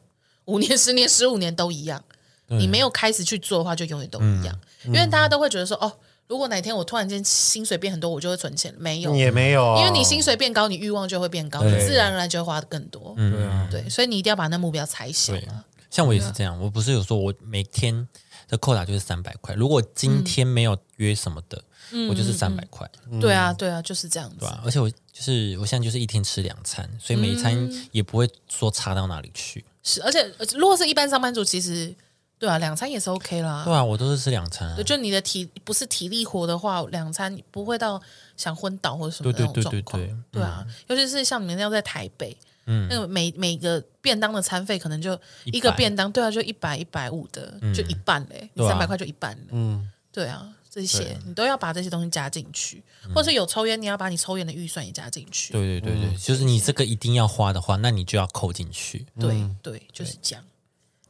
Speaker 4: 五年、十年、十五年都一样。你没有开始去做的话，就永远都一样，
Speaker 2: 嗯
Speaker 4: 因为大家都会觉得说，哦，如果哪天我突然间薪水变很多，我就会存钱，没有。
Speaker 1: 也没有啊，
Speaker 4: 因为你薪水变高，你欲望就会变高，
Speaker 2: 嗯
Speaker 4: 你
Speaker 2: 对嗯
Speaker 4: 自然而然就会花的更多。
Speaker 1: 对啊，
Speaker 4: 对，所以你一定要把那目标拆小
Speaker 2: 对
Speaker 4: 啊。
Speaker 2: 像我也是这样，我不是有说我每天的扣打就是三百块，如果今天没有约什么的，
Speaker 4: 嗯
Speaker 2: 我就是三百块。
Speaker 4: 对啊，对啊，就是这样子
Speaker 2: 对。吧、而且我就是我现在就是一天吃两餐，所以每一餐
Speaker 4: 嗯
Speaker 2: 也不会说差到哪里去。
Speaker 4: 是，而且呃如果是一般上班族，其实对啊，两餐也是 OK 啦。
Speaker 2: 对啊，我都是吃两餐、啊
Speaker 4: 对，。就你的体不是体力活的话，两餐不会到想昏倒或者什么
Speaker 2: 对
Speaker 4: 那
Speaker 2: 对
Speaker 4: 种
Speaker 2: 对
Speaker 4: 状况。
Speaker 2: 对对嗯
Speaker 4: 对啊，尤其是像你们那样在台北，那个每每个便当的餐费可能就一个
Speaker 2: 100
Speaker 4: 便当，对啊，就一百一百五的，就一半嘞，
Speaker 2: 嗯对
Speaker 4: 你
Speaker 2: 啊
Speaker 4: 三百块就一半了。嗯，对啊。这些你都要把这些东西加进去，或者是有抽烟，你要把你抽烟的预算也加进
Speaker 2: 嗯
Speaker 4: 去。
Speaker 2: 对对对对，就是你这个一定要花的话，那你就要扣进去。
Speaker 4: 对对，就是这样。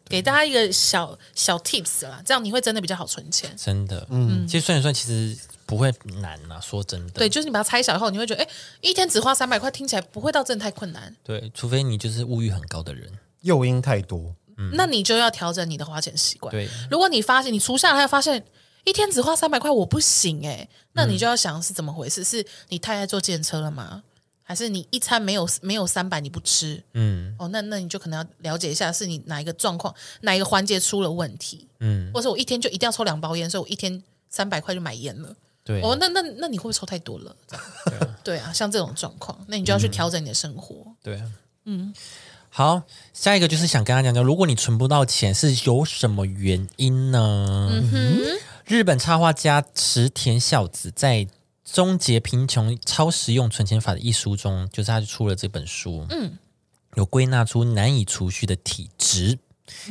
Speaker 4: 给大家一个小小 tips 啦，这样你会真的比较好存钱。
Speaker 2: 真的，嗯，其实算一算，其实不会难啊。说真的，
Speaker 4: 对，就是你把它拆小以后，你会觉得，哎，一天只花三百块，听起来不会到真的太困难。
Speaker 2: 对，除非你就是物欲很高的人。
Speaker 1: 诱因太多，
Speaker 4: 那你就要调整你的花钱习惯。
Speaker 2: 嗯对，
Speaker 4: 如果你发现你除下来发现一天只花欸三百块我不行哎、诶那你就要想是怎么回事？是你太爱坐电车了吗？还是你一餐没有没有三百你不吃，
Speaker 2: 嗯
Speaker 4: 哦，那那你就可能要了解一下，是你哪一个状况，哪一个环节出了问题，
Speaker 2: 嗯，
Speaker 4: 或者我一天就一定要抽两包烟，所以我一天三百块就买烟了。
Speaker 2: 对，
Speaker 4: 哦，那那那你会不会抽太多了？ 这样对啊，像这种状况，那
Speaker 1: 嗯
Speaker 4: 你就要去调整你的生活。
Speaker 2: 对，嗯。好，下一个就是想跟他讲讲，如果你存不到钱，是有什么原因呢？日本插画家池田孝子在《终结贫穷超实用存钱法》的一书中，就是他就出了这本书，嗯，有归纳出难以储蓄的体质，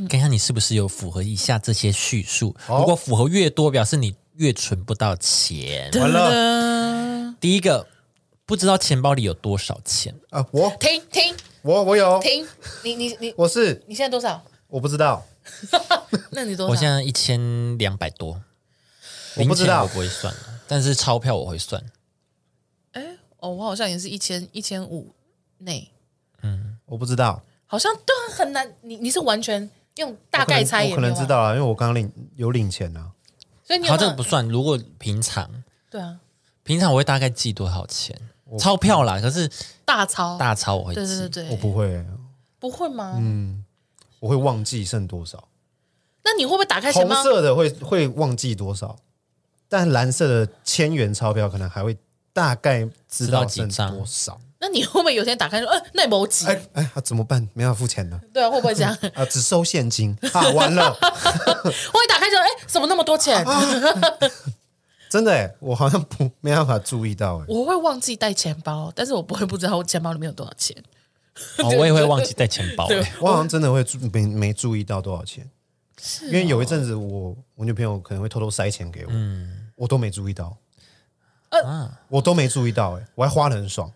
Speaker 2: 看看你是不是有符合以下这些叙述。
Speaker 1: 好
Speaker 2: 如果符合越多，表示你越存不到钱。
Speaker 1: 完了
Speaker 4: 了，
Speaker 2: 第一个，不知道钱包里有多少钱。
Speaker 1: 啊！我
Speaker 4: 停停
Speaker 1: 我我有，
Speaker 4: 停，你你你
Speaker 1: 我是
Speaker 4: 你现在多少？
Speaker 1: 我不知道，
Speaker 4: 那你多
Speaker 2: 我现
Speaker 4: 少？
Speaker 2: 在一千两百多，
Speaker 1: 我不
Speaker 2: 零
Speaker 1: 知
Speaker 2: 钱
Speaker 1: 道
Speaker 2: 我不会算了，但是钞票我会算。
Speaker 4: 哦，我好像也是一千一千五内，
Speaker 1: 我不知道，
Speaker 4: 好像对啊，很难。你你是完全用大概猜
Speaker 1: 我
Speaker 4: 也
Speaker 1: 可
Speaker 4: 没
Speaker 1: 能我可能
Speaker 4: 有
Speaker 1: 知
Speaker 4: 啊，
Speaker 1: 道了，因为我刚领有领钱啊。
Speaker 4: 所以你有
Speaker 2: 好，
Speaker 4: 办法
Speaker 2: 这个不算。如果平常，
Speaker 4: 对啊，
Speaker 2: 平常我会大概记多少钱，钞票啦，可是
Speaker 4: 大超
Speaker 2: 大钞我会记。
Speaker 4: 对对对
Speaker 1: 我嗯
Speaker 4: 对，
Speaker 1: 不会，
Speaker 4: 不会吗？
Speaker 1: 我会忘记剩多少。
Speaker 4: 那你会不会打开钱
Speaker 1: 红
Speaker 4: 包？
Speaker 1: 色的会会忘记多少，但蓝色的千元钞票可能还会大概知道剩多少。
Speaker 4: 那你会不会有一天打开说，呃，那某几？
Speaker 1: 哎哎、啊，怎么办？没办法付钱 了
Speaker 4: 对啊，会不 会这样？
Speaker 1: 啊，只收现金啊，完了，
Speaker 4: 我一打开就，哎，怎么那么多钱？
Speaker 1: 真的哎，我好像不没办法注意到哎，
Speaker 4: 我会忘记带钱包，但是我不会不知道我钱包里面有多少钱。
Speaker 2: 哦，我也会忘记带钱包、
Speaker 4: 对
Speaker 2: 欸
Speaker 1: 我好像真的会注没没注意到多少钱，因为有一阵子我我女朋友可能会偷偷塞钱给我，我都没注意到，我都没注意到哎，我还花的很爽，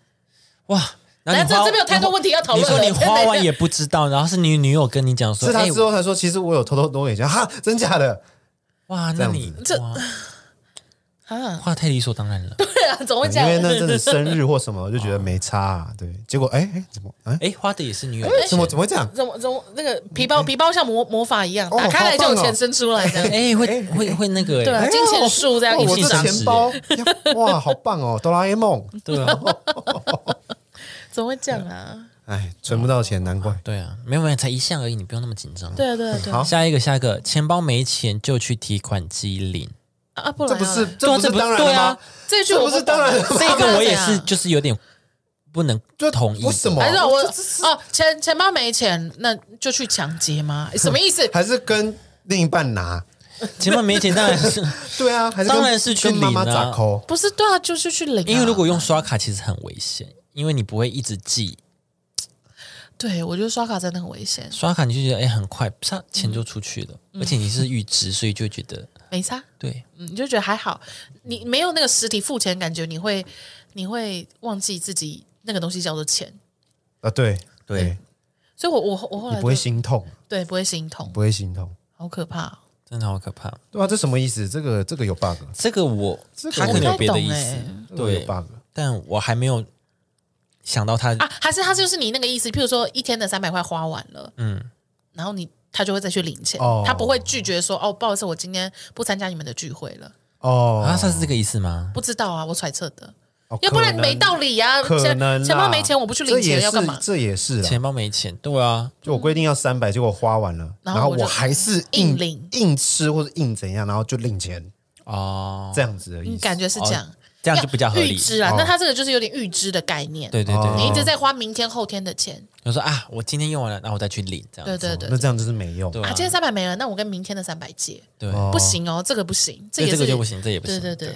Speaker 2: 哇，那
Speaker 4: 来，
Speaker 2: 你
Speaker 4: 这
Speaker 2: 花
Speaker 4: 这边有太多问题要讨
Speaker 2: 你
Speaker 4: 论
Speaker 2: 说
Speaker 4: 了。
Speaker 2: 你花完也不知道，然后是你女友跟你讲说，
Speaker 1: 是她
Speaker 2: 哎
Speaker 1: 之后才说，其实我有偷偷多给钱， 哈，真假的？
Speaker 2: 哇，那你
Speaker 4: 这
Speaker 2: 哇
Speaker 4: 啊，
Speaker 2: 花得太理所当然了。
Speaker 4: 对啊，总会这
Speaker 1: 因
Speaker 4: 样。
Speaker 1: 为那阵 子生日或什么，我就觉得没差、啊，对。结果哎哎，怎么哎、
Speaker 2: 哎，花的也是女友，
Speaker 1: 怎么怎么会这样？
Speaker 4: 怎么怎么那个皮包皮包像魔魔法一样，
Speaker 1: 哦
Speaker 4: 打开来就有
Speaker 1: 好棒
Speaker 4: 钱
Speaker 1: 哦
Speaker 4: 伸出来的。
Speaker 2: 哎，会会会那个、
Speaker 4: 对啊
Speaker 2: 欸，
Speaker 1: 哎呀
Speaker 4: 金钱树这样
Speaker 1: 哇
Speaker 4: 一
Speaker 1: 我
Speaker 4: 起
Speaker 1: 这
Speaker 4: 长
Speaker 1: 钱包呀哇，好棒哦，哆啦 A 梦。
Speaker 2: 对啊，
Speaker 4: 怎么会这样啊？
Speaker 1: 哎，存不到钱，难怪。
Speaker 2: 对啊，没有没有，才一项而已，你不用那么紧张。
Speaker 4: 对啊对啊对啊
Speaker 1: 好
Speaker 2: 下一个，下一个，钱包没钱就去提款机领。
Speaker 4: 啊！不然
Speaker 1: 这
Speaker 4: 啊
Speaker 1: 不是
Speaker 2: 对啊
Speaker 1: 这不是当然
Speaker 2: 对
Speaker 1: 了
Speaker 2: 啊
Speaker 1: 吗？
Speaker 4: 这句
Speaker 1: 这
Speaker 4: 我
Speaker 1: 不是当然了吗？
Speaker 2: 这个我也是，
Speaker 4: 啊
Speaker 2: 就是有点不能
Speaker 1: 就
Speaker 2: 同意的。
Speaker 1: 为什么
Speaker 4: 还是我
Speaker 1: 这这是
Speaker 4: 哦钱钱包没钱，那就去抢劫 吗？什么意思？
Speaker 1: 还是跟另一半拿？
Speaker 2: 钱包没钱，当然是
Speaker 1: 对啊，还是跟
Speaker 2: 当然是去
Speaker 1: 跟妈妈
Speaker 2: 领啊
Speaker 1: 咋抠？
Speaker 4: 不是对啊，就是去领啊。
Speaker 2: 因为如果用刷卡其实很危险，因为你不会一直记
Speaker 4: 对我觉得刷卡真的很危险，
Speaker 2: 刷卡，你就觉得哎很快，啪钱就出去了，而且你是预支，所以就觉得
Speaker 4: 没差。
Speaker 2: 对
Speaker 4: 嗯，你就觉得还好，你没有那个实体付钱的感觉，你会你会忘记自己那个东西叫做钱，
Speaker 1: 啊，对
Speaker 2: 对，
Speaker 4: 所以我我我后
Speaker 1: 你
Speaker 4: 来
Speaker 1: 不会
Speaker 4: 就
Speaker 1: 心痛，
Speaker 4: 对不会心痛，
Speaker 1: 不会心痛。
Speaker 4: 好可怕哦、
Speaker 2: 真的好可怕。
Speaker 1: 对啊，这什么意思？这个这个有 bug，
Speaker 2: 这个我
Speaker 1: 这个
Speaker 2: 他可能有别的意
Speaker 4: 我不太
Speaker 2: 思
Speaker 4: 懂，欸
Speaker 1: 这个有
Speaker 2: 对，
Speaker 1: bug。
Speaker 2: 但我还没有想到他，
Speaker 4: 啊！还是他就是你那个意思，譬如说一天的三百块花完了，
Speaker 2: 嗯，
Speaker 4: 然后你他就会再去领钱，
Speaker 1: 哦
Speaker 4: 他不会拒绝说哦，不好意思，我今天不参加你们的聚会了。
Speaker 1: 哦，
Speaker 2: 啊，他是这个意思吗？
Speaker 4: 不知道啊，我揣测的，
Speaker 1: 哦
Speaker 4: 要不然
Speaker 1: 可能
Speaker 4: 没道理呀、啊。
Speaker 1: 可能
Speaker 4: 钱
Speaker 1: 啦
Speaker 4: 钱包没钱，我不去领
Speaker 1: 这也
Speaker 4: 钱
Speaker 1: 是
Speaker 4: 要干嘛？
Speaker 1: 这也是啦
Speaker 2: 钱包没钱，对啊，
Speaker 1: 就我规定要三百，结果花完了，
Speaker 4: 然
Speaker 1: 然
Speaker 4: 后
Speaker 1: 后
Speaker 4: 我就
Speaker 1: 我还是
Speaker 4: 硬
Speaker 1: 硬
Speaker 4: 领
Speaker 1: 硬吃或者硬怎样，然后就领钱
Speaker 2: 哦，
Speaker 1: 这样子而已
Speaker 4: 你。嗯感觉是这样，
Speaker 2: 这样就比较合
Speaker 4: 预
Speaker 2: 理。
Speaker 4: 支啊。
Speaker 1: 哦
Speaker 4: 那他这个就是有点预支的概念，
Speaker 2: 对对对，
Speaker 4: 你一
Speaker 1: 哦
Speaker 4: 直在花明天后天的钱，
Speaker 2: 就说啊，我今天用完了，那我再去领这样
Speaker 4: 对
Speaker 2: 子。
Speaker 4: 对对
Speaker 1: 哦那。这样就是没用。
Speaker 2: 对啊
Speaker 4: 啊，今天三百没了，那我跟明天的三百借，
Speaker 2: 对
Speaker 1: 哦
Speaker 4: 不行哦，这个不行，这
Speaker 2: 对
Speaker 4: 也
Speaker 2: 这
Speaker 4: 是
Speaker 2: 个就不行，这也不
Speaker 4: 对
Speaker 2: 行。
Speaker 4: 对对，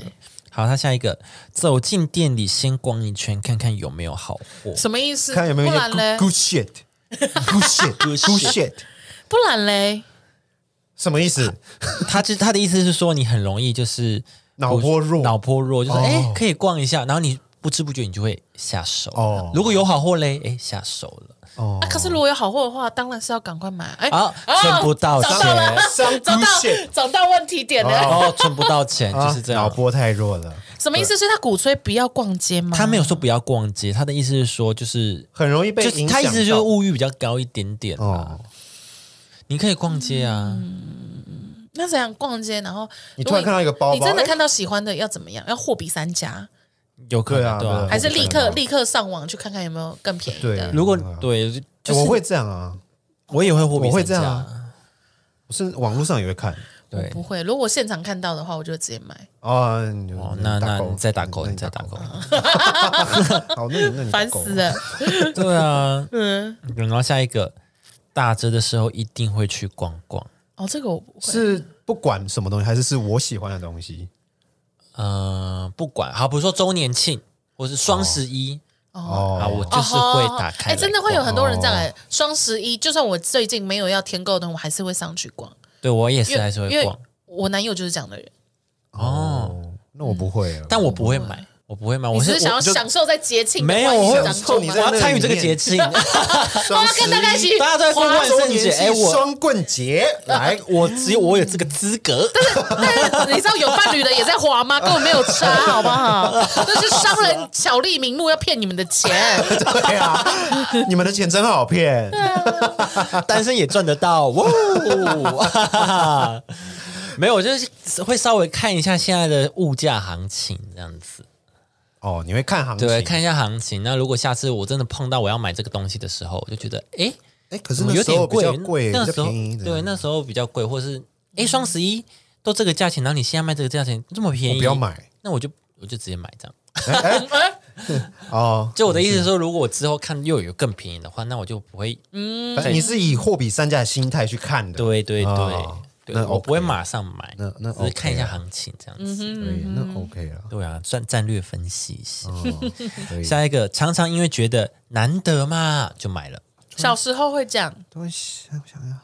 Speaker 2: 好，他下一个，走进店里先逛一圈，看看有没有好货。
Speaker 4: 什么意思？
Speaker 1: 看有没有一
Speaker 4: 不
Speaker 1: 些
Speaker 4: 然
Speaker 1: good,
Speaker 4: 嘞，
Speaker 1: good shit。Good shit, good shit，
Speaker 4: 不然嘞，
Speaker 1: 什么意思？
Speaker 2: 他就他的意思是说，你很容易就是
Speaker 1: 脑波弱
Speaker 2: 脑波弱就是
Speaker 1: 哦
Speaker 2: 哎、可以逛一下，然后你不知不觉你就会下手。
Speaker 1: 哦
Speaker 2: 如果有好货嘞，哎，下手了。
Speaker 1: 哦
Speaker 4: 啊，可是如果有好货的话，当然是要赶快买。哎，
Speaker 2: 啊，
Speaker 4: 哦
Speaker 2: 存不到
Speaker 4: 找到了
Speaker 2: 钱，
Speaker 1: ，some
Speaker 4: 找
Speaker 1: good
Speaker 4: 到
Speaker 1: shit，
Speaker 4: 找到问题点了，
Speaker 2: 哦，存不到钱就是这
Speaker 1: 啊
Speaker 2: 样
Speaker 1: 脑。波太弱了，
Speaker 4: 什么意思？是他鼓吹不要逛街吗？
Speaker 2: 他没有说不要逛街，他的意思是说就是
Speaker 1: 很容易被
Speaker 2: 就是
Speaker 1: 影响
Speaker 2: 他
Speaker 1: 到。
Speaker 2: 意思就是物欲比较高一点点啊
Speaker 1: 哦。，
Speaker 2: 你可以逛街啊，
Speaker 4: 嗯那怎样逛街？然后
Speaker 1: 你突然看到一个包包
Speaker 4: 你真的
Speaker 1: 哎
Speaker 4: 看到喜欢的要怎么样？要货比三家，
Speaker 2: 有可
Speaker 1: 对
Speaker 2: 能
Speaker 1: 啊
Speaker 2: 对
Speaker 1: 对
Speaker 2: 啊
Speaker 1: 啊
Speaker 4: 还是立刻
Speaker 1: 嗯
Speaker 4: 立刻上网去看看有没有更便宜
Speaker 1: 对
Speaker 4: 的。
Speaker 2: 如果
Speaker 1: 嗯
Speaker 2: 对，就是
Speaker 1: 我会这样啊，
Speaker 2: 我也会货比
Speaker 1: 我会
Speaker 2: 三
Speaker 1: 这样
Speaker 2: 家
Speaker 1: 啊我是网络上也会看
Speaker 4: 我
Speaker 2: 对
Speaker 4: 不会，如果我现场看到的话，我就直接买，
Speaker 1: 啊。
Speaker 2: 哦
Speaker 1: 哦，
Speaker 2: 那那
Speaker 1: 你
Speaker 2: 你再打勾，
Speaker 1: 你
Speaker 2: 你再打勾，
Speaker 1: 好，那你那你打
Speaker 4: 烦
Speaker 1: 勾
Speaker 4: 死了。
Speaker 2: 对 啊，
Speaker 4: 嗯，
Speaker 2: 然后下一个打折的时候一定会去逛逛，
Speaker 4: 哦，这个我不会。
Speaker 1: 是不管什么东西，还是是我喜欢的东西？
Speaker 2: 呃，不管好，比如说周年庆或是双十一
Speaker 4: 哦。
Speaker 2: 啊，我
Speaker 1: 哦，
Speaker 2: 就是会打开来逛，
Speaker 4: 哎，真的会有很多人这样
Speaker 1: 哦
Speaker 4: 哎。双十一，就算我最近没有要添购的，我还是会上去逛。
Speaker 2: 对我也是
Speaker 4: 因为
Speaker 2: 还是
Speaker 4: 因
Speaker 2: 会
Speaker 4: 为
Speaker 2: 逛，
Speaker 4: 我男友就是这样的人，
Speaker 1: 哦，那我不会了，
Speaker 2: 但我不会买，我不会买，
Speaker 4: 嗯你
Speaker 2: 我
Speaker 4: 只是想要
Speaker 2: 我就
Speaker 4: 享受在节庆的
Speaker 2: 没有，
Speaker 4: 欢愉
Speaker 2: 我会
Speaker 4: 当中
Speaker 1: 你
Speaker 4: 吗
Speaker 1: 在那
Speaker 2: 我要参与这个
Speaker 1: 里
Speaker 2: 节
Speaker 1: 面
Speaker 2: 庆，
Speaker 1: 双
Speaker 4: 哇
Speaker 1: 十
Speaker 4: 跟大家一
Speaker 1: 一
Speaker 4: 起
Speaker 2: 大家都在过万圣节，哎，我
Speaker 1: 双棍节来，
Speaker 2: 我只有我有这个资格，
Speaker 4: 但是你知道有伴侣的也在 滑吗？根本没有差，好不好？那是商人巧立名目要骗你们的钱。
Speaker 1: 对啊，你们的钱真好骗，
Speaker 4: 啊
Speaker 2: 单身也赚得到，哇哦！ 没有，我就是会稍微看一下现在的物价行情这样子，
Speaker 1: 哦，你会看行情，
Speaker 2: 对，看一下行情。那如果下次我真的碰到我要买这个东西的时候，我就觉得，哎，
Speaker 1: 哎，可是
Speaker 2: 怎么
Speaker 1: 那
Speaker 2: 有
Speaker 1: 时候
Speaker 2: 点
Speaker 1: 比
Speaker 2: 贵
Speaker 1: 较贵，比
Speaker 2: 那
Speaker 1: 较
Speaker 2: 时候
Speaker 1: 便宜，
Speaker 2: 对，那时候比较贵，或是哎，双十一都这个价钱，然后你现在卖这个价钱这么便
Speaker 1: 我
Speaker 2: 宜，
Speaker 1: 哦不要，买
Speaker 2: 那我就我就直接买这样。
Speaker 4: 嗯
Speaker 1: 哦。
Speaker 2: 就我的意思是说，如果我之后看又有更便宜的话，那我就不会，
Speaker 4: 嗯
Speaker 1: 反正你是以货比三家的心态去看的，
Speaker 2: 对对对
Speaker 1: 哦，
Speaker 2: 对
Speaker 1: 那
Speaker 2: 我不会
Speaker 1: OK
Speaker 2: 马上买，
Speaker 1: 那那
Speaker 2: 只是看一
Speaker 1: OK
Speaker 2: 下
Speaker 1: 啊
Speaker 2: 行情这样子。
Speaker 1: 可以，
Speaker 4: 嗯
Speaker 1: 那 OK 了。
Speaker 2: 对啊，战战略分析一下。
Speaker 1: 哦可以
Speaker 2: 下一个，常常因为觉得难得嘛，就买了。
Speaker 4: 小时候会这样，
Speaker 1: 等我想想一下，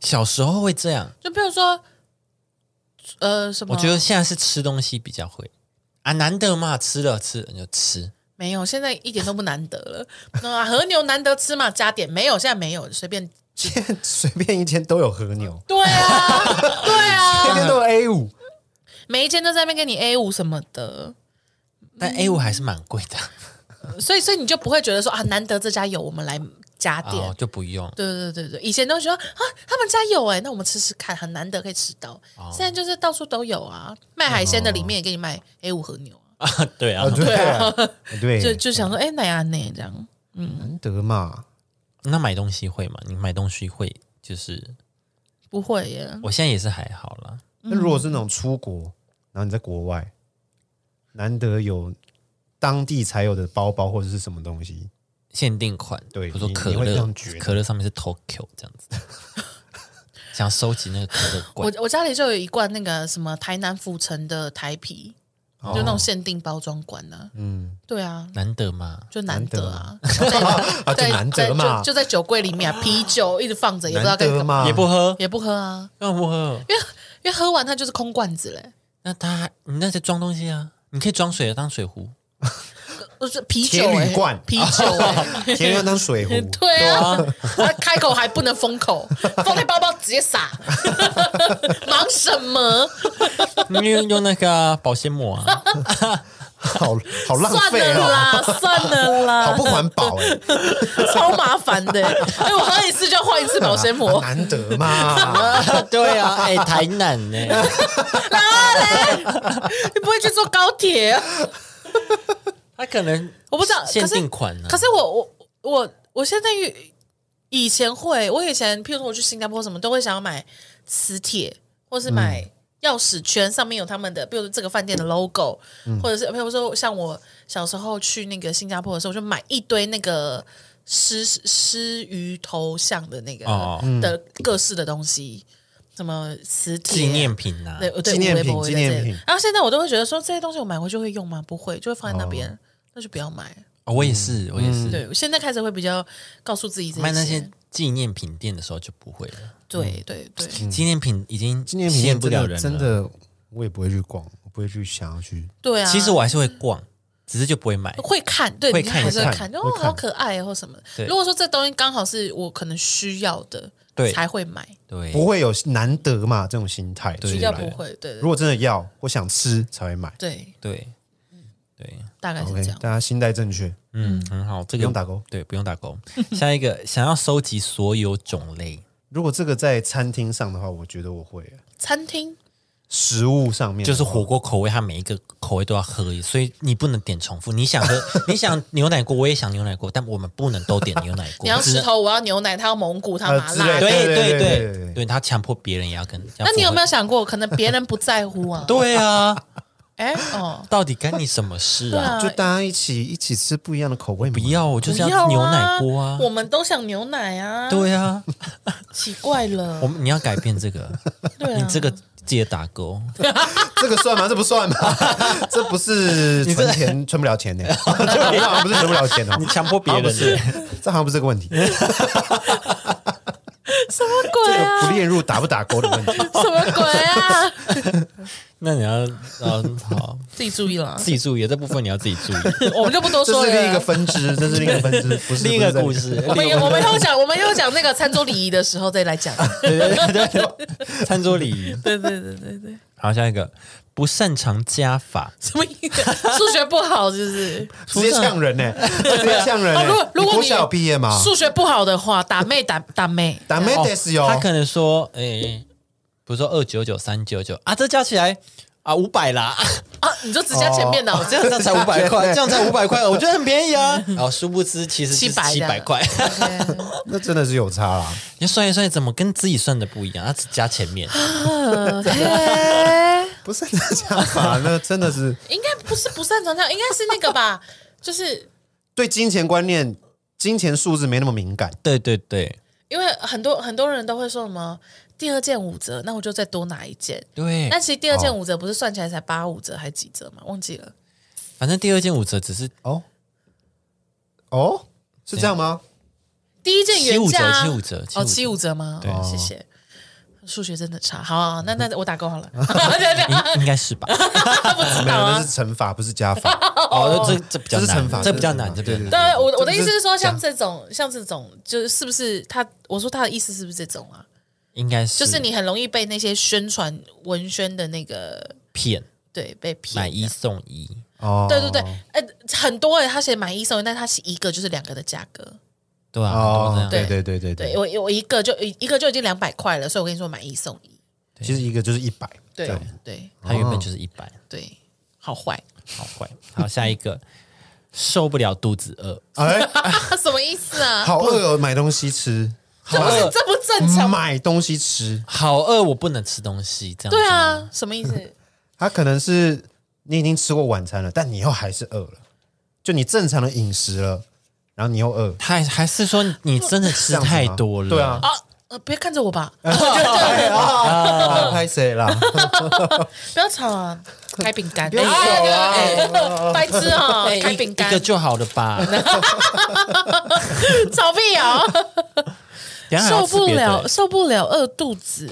Speaker 2: 小时候会这样，
Speaker 4: 就比如说，呃，什么？
Speaker 2: 我觉得现在是吃东西比较会啊，难得嘛，吃了吃了就吃。
Speaker 4: 没有，现在一点都不难得了。那和牛难得吃嘛，加点没有，现在没有，随 便。
Speaker 1: 现在随便一间都有和牛，
Speaker 4: 对啊，对啊，
Speaker 1: 天天都有 A 五，
Speaker 4: 每一间都在那边跟你 A 五什么的，
Speaker 2: 但
Speaker 4: 嗯
Speaker 2: A 五还是蛮贵的，
Speaker 4: 所以所以你就不会觉得说啊，难得这家有，我们来加 点。
Speaker 1: 啊
Speaker 2: 哦，就不用。
Speaker 4: 对对对对，以前都觉得啊，他们家有哎、那我们吃吃看，很难得可以吃到。
Speaker 1: 哦
Speaker 4: 现在就是到处都有啊，卖海鲜的里面也给你卖 A 五和牛啊，
Speaker 2: 对啊
Speaker 1: 啊，对啊，对，
Speaker 4: 就就想说哎，哪呀哪这样。
Speaker 1: 难得嘛，
Speaker 2: 那买东西会吗？你买东西会就是，
Speaker 4: 不会耶，
Speaker 2: 我现在也是还好啦。
Speaker 4: 嗯
Speaker 1: 那如果是那种出国，然后你在国外，难得有当地才有的包包或者是什么东西，
Speaker 2: 限定款，
Speaker 1: 对
Speaker 2: 比如说
Speaker 1: 你
Speaker 2: 可
Speaker 1: 你会这
Speaker 2: 乐
Speaker 1: 样觉，得
Speaker 2: 可乐上面是 Tokyo 这样子， 想收集那个可乐
Speaker 4: 我
Speaker 2: 罐。
Speaker 4: 我家里就有一罐那个什么台南府城的台啤，
Speaker 1: 哦
Speaker 4: 就那种限定包装罐呢、啊。
Speaker 1: 嗯，
Speaker 4: 对啊，
Speaker 2: 难得嘛，
Speaker 4: 就难得 啊，
Speaker 1: 啊， 就
Speaker 4: 在
Speaker 1: 难
Speaker 4: 在
Speaker 1: 得嘛
Speaker 4: 就，就在酒柜里面、啊，啤酒一直放着，也不知道
Speaker 1: 难
Speaker 4: 该
Speaker 1: 得
Speaker 4: 干嘛，
Speaker 1: 嘛，
Speaker 2: 也不喝，
Speaker 4: 也不喝啊，
Speaker 2: 干嘛不喝？
Speaker 4: 因为喝完它就是空罐子嘞。
Speaker 2: 那他，你那些装东西啊，你可以装水当水壶。
Speaker 4: 呃是啤酒
Speaker 1: 铁铝
Speaker 4: 哎、
Speaker 1: 罐
Speaker 4: 啤酒哎、，
Speaker 1: 天天当水壶
Speaker 4: 对啊，他开口还不能封口，放在包包直接 撒，忙什么？
Speaker 2: 你用用那个啊保鲜膜啊，
Speaker 1: 好好浪
Speaker 4: 算
Speaker 1: 费
Speaker 4: 了
Speaker 1: 哦，
Speaker 4: 啦，算了啦，
Speaker 1: 好不环保 哎，
Speaker 4: 超麻烦的、哎、我喝一次就要换一次保鲜 膜，
Speaker 1: 啊难得 嘛，
Speaker 2: 对啊，哎、台南呢、
Speaker 4: 你不会去坐高铁、啊？
Speaker 2: 他可能
Speaker 4: 我不知道，
Speaker 2: 限
Speaker 4: 可
Speaker 2: 定
Speaker 4: 是
Speaker 2: 款啊
Speaker 1: 嗯
Speaker 2: 呢、
Speaker 4: 可是我我我我现在遇以前会，我以前譬如说我去新加坡什么，都会想要买磁铁，或是
Speaker 1: 嗯
Speaker 4: 买钥匙圈，上面有他们的，比如说这个饭店的 logo，、或
Speaker 1: 嗯
Speaker 4: 者是比如说像我小时候去那个新加坡的时候，我就买一堆那个狮狮鱼头像的那个、
Speaker 2: 哦
Speaker 4: 的
Speaker 1: 嗯
Speaker 4: 各式的东西，什么磁铁
Speaker 2: 纪念品啊，
Speaker 4: 对对，
Speaker 1: 纪念品
Speaker 4: 微博
Speaker 1: 纪念
Speaker 4: 对对
Speaker 1: 品
Speaker 4: 然后现在我都会觉得说，这些东西我买回去会用吗？不会，就会放在那边，
Speaker 1: 哦
Speaker 4: 那就不要买。
Speaker 2: 哦我也
Speaker 1: 嗯
Speaker 2: 是，我也是，
Speaker 4: 嗯对，我现在开始会比较告诉自己这
Speaker 2: 卖那些嗯纪念品店的时候就不会了，
Speaker 4: 对对对，
Speaker 2: 纪念品已经
Speaker 1: 嗯纪念
Speaker 2: 吸
Speaker 1: 品
Speaker 2: 引
Speaker 1: 店
Speaker 2: 不了人了
Speaker 1: 真的。真的我也不会去逛，我不会去想要去，
Speaker 4: 对啊。
Speaker 2: 其实我还是会逛，只是就不会买。
Speaker 4: 会看，对，
Speaker 2: 会
Speaker 4: 你
Speaker 2: 看
Speaker 4: 还是
Speaker 2: 一
Speaker 4: 会
Speaker 2: 下
Speaker 4: 看，就
Speaker 1: 会
Speaker 4: 哦，
Speaker 1: 看
Speaker 4: 好可爱哦或什么的
Speaker 2: 对
Speaker 4: 如果说这东西刚好是我可能需要的，
Speaker 2: 对
Speaker 4: 才会买，
Speaker 2: 对，
Speaker 1: 不会有难得嘛这种心态出
Speaker 2: 对
Speaker 4: 需
Speaker 1: 来
Speaker 4: 要不。会，对
Speaker 1: 如
Speaker 4: 对
Speaker 1: 果真的要，我想吃才会买。
Speaker 4: 对，
Speaker 2: 对对，
Speaker 4: 大概是
Speaker 1: OK，
Speaker 4: 这样。
Speaker 1: 大家心态正确，
Speaker 2: 嗯，很好，这
Speaker 1: 不
Speaker 2: 个
Speaker 1: 用打勾。
Speaker 2: 对，不用打勾。下一个，想要收集所有种类，
Speaker 1: 如果这个在餐厅上的话，我觉得我会。
Speaker 4: 餐厅
Speaker 1: 食物上面的
Speaker 2: 就是
Speaker 1: 话
Speaker 2: 火锅口味，它每一个口味都要喝，所以你不能点重复。你想喝，你想牛奶锅，我也想牛奶锅，但我们不能都点牛奶锅。
Speaker 4: 你要
Speaker 2: 只
Speaker 4: 石
Speaker 2: 能
Speaker 4: 头，我要牛奶，他要蒙古，他要麻
Speaker 1: 呃之
Speaker 2: 对
Speaker 1: 类
Speaker 4: 辣
Speaker 1: 的。
Speaker 2: 对
Speaker 1: 对对
Speaker 2: 对
Speaker 1: 对
Speaker 2: 对
Speaker 1: 对
Speaker 2: 对，他强迫别人也要跟。要
Speaker 4: 那你有没有
Speaker 2: 符
Speaker 4: 想过，可能别人不在乎啊
Speaker 2: 合？？对啊，
Speaker 4: 哎哦，
Speaker 2: 到底干你什么事啊？
Speaker 1: 就大家一起一起吃不一样的口味嘛，
Speaker 2: 不要，我就是
Speaker 4: 不要啊
Speaker 2: 牛奶锅啊。
Speaker 4: 我们都想牛奶啊，，
Speaker 2: 对啊，
Speaker 4: 奇怪了
Speaker 2: 我，们你要改变这个，
Speaker 4: 对啊
Speaker 2: 你这个记得打勾。
Speaker 1: 这个算吗？这不算吗？这 不是存钱存不了钱呢、这好像不是存不了钱哦、
Speaker 2: 你强迫别
Speaker 1: 好像不
Speaker 2: 人
Speaker 1: 是
Speaker 2: 耶，
Speaker 1: 这好像不是这个 问题，
Speaker 4: 什么鬼啊？
Speaker 1: 不列入打不打勾的 问题。
Speaker 4: 什么鬼 啊？
Speaker 2: 那你要呃好，
Speaker 4: 自己注意了啊，
Speaker 2: 自己注意这部分，你要自己注意。
Speaker 4: 我们就不多
Speaker 1: 这
Speaker 4: 说
Speaker 1: 是
Speaker 4: 了。
Speaker 1: 另一个分 支，这是另一个分支，不 是
Speaker 2: 另一个故。事，
Speaker 4: 我们
Speaker 2: 另一个
Speaker 4: 我们又讲，我们又讲那个餐桌礼仪的时候再来讲。
Speaker 2: 对对对对对，餐桌礼仪。
Speaker 4: 对对对对对，
Speaker 2: 好，下一个不擅长加法，
Speaker 4: 什么意思？数学不好就是？
Speaker 1: 不是这个直接呛人呢、直接呛人、
Speaker 4: 啊，
Speaker 1: 欸。
Speaker 4: 如果如果
Speaker 1: 国
Speaker 4: 你
Speaker 1: 小毕业嘛，
Speaker 4: 数学不好的话，打妹打打妹，
Speaker 1: 打没得是哟
Speaker 2: 哦他，可能说，哎、比如说二九九、三九九啊，这加起来啊五百啦，
Speaker 4: 啊，你就只加前面的哦，
Speaker 2: 这样这样才五百 块，这样才五百块，我觉得很便宜啊。然后殊不知其实是
Speaker 4: 700
Speaker 2: 七百 块，
Speaker 4: OK
Speaker 1: 那真的是有差啦。
Speaker 2: 你算一算，怎么跟自己算的不一样？他只加前 面，
Speaker 4: 呃嘿
Speaker 1: 不是这样法，那真的是
Speaker 4: 应该不是不擅长这样，应该是那个吧，就是
Speaker 1: 对金钱观念、金钱数字没那么敏感。
Speaker 2: 对对对
Speaker 4: 因为很多很多人都会说什么第二件五折，那我就再多拿一件。
Speaker 1: 哎
Speaker 2: 对
Speaker 4: 但。其实第
Speaker 1: 哦
Speaker 4: 二件五折不是算起来才八五折还几折吗？忘记了。
Speaker 2: 反正第二件五折只是
Speaker 1: 哦哦，是这样吗？
Speaker 4: 第一件原价啊
Speaker 2: 七五折七五折
Speaker 4: 哦，七五折吗？
Speaker 2: 对
Speaker 4: 哦谢谢。数学真的差，好、啊，那那我打勾好了。 对对，
Speaker 2: 应应该是 吧？
Speaker 4: 他不知
Speaker 1: 没有，
Speaker 4: 道
Speaker 1: 那
Speaker 4: 啊
Speaker 1: 是。惩罚，不是加法。
Speaker 2: 哦，这这比较
Speaker 1: 这是惩
Speaker 2: 难
Speaker 1: 罚，
Speaker 2: 这比较难，
Speaker 1: 这
Speaker 2: 这
Speaker 1: 是
Speaker 2: 比
Speaker 1: 惩罚
Speaker 2: 较难。
Speaker 4: 对，我
Speaker 1: 这
Speaker 4: 我的意思是说，
Speaker 1: 这
Speaker 4: 像这种，像这种，就是是不是他？我说他的意思是不是这种啊？
Speaker 2: 应该是
Speaker 4: 就是你很容易被那些宣传文宣的那个
Speaker 2: 骗
Speaker 4: 对被骗。
Speaker 2: 买一送一，
Speaker 1: 哦，
Speaker 4: 对对对，呃，很多诶，他写买一送一，但他是一个就是两个的价格。
Speaker 2: 对吧？很
Speaker 1: 哦
Speaker 2: 多，这
Speaker 1: 对
Speaker 2: 样
Speaker 1: 对对对对
Speaker 4: 对，我我一个就一一个就已经两百块了，所以我跟你说买一送一。
Speaker 1: 其实一个就是一百，
Speaker 4: 对
Speaker 1: 这样
Speaker 4: 对
Speaker 2: 它原
Speaker 1: 哦
Speaker 2: 本就是一百。
Speaker 4: 对，好坏
Speaker 2: 好坏。好，下一个受不了肚子饿，
Speaker 1: 哎，
Speaker 4: 什么意思啊？
Speaker 1: 好饿哦，买东西吃，
Speaker 4: 这不是这不正常吗？
Speaker 1: 买东西吃，
Speaker 2: 好饿，我不能吃东西，这样子
Speaker 4: 对，啊，什么意 思？
Speaker 1: 它可能是你已经吃过晚餐了，但你又还是饿了，就你正常的饮食了，然后你又饿，
Speaker 2: 还还是说你真的吃太多了？
Speaker 1: 这样子
Speaker 4: 啊，呃，不要看着我吧，
Speaker 2: 哎
Speaker 1: 啊，拍谁 啦？
Speaker 4: 不要吵啊，开饼干，
Speaker 1: 要吵啊
Speaker 4: 哎对对对白痴啊，
Speaker 2: 哎，
Speaker 4: 开
Speaker 2: 一
Speaker 4: 饼
Speaker 2: 一
Speaker 4: 干
Speaker 2: 个，就好了吧？
Speaker 4: 吵屁哦，
Speaker 2: 等一下还
Speaker 4: 受
Speaker 2: 要吃
Speaker 4: 不
Speaker 2: 别的
Speaker 4: 了，，受不了饿肚子，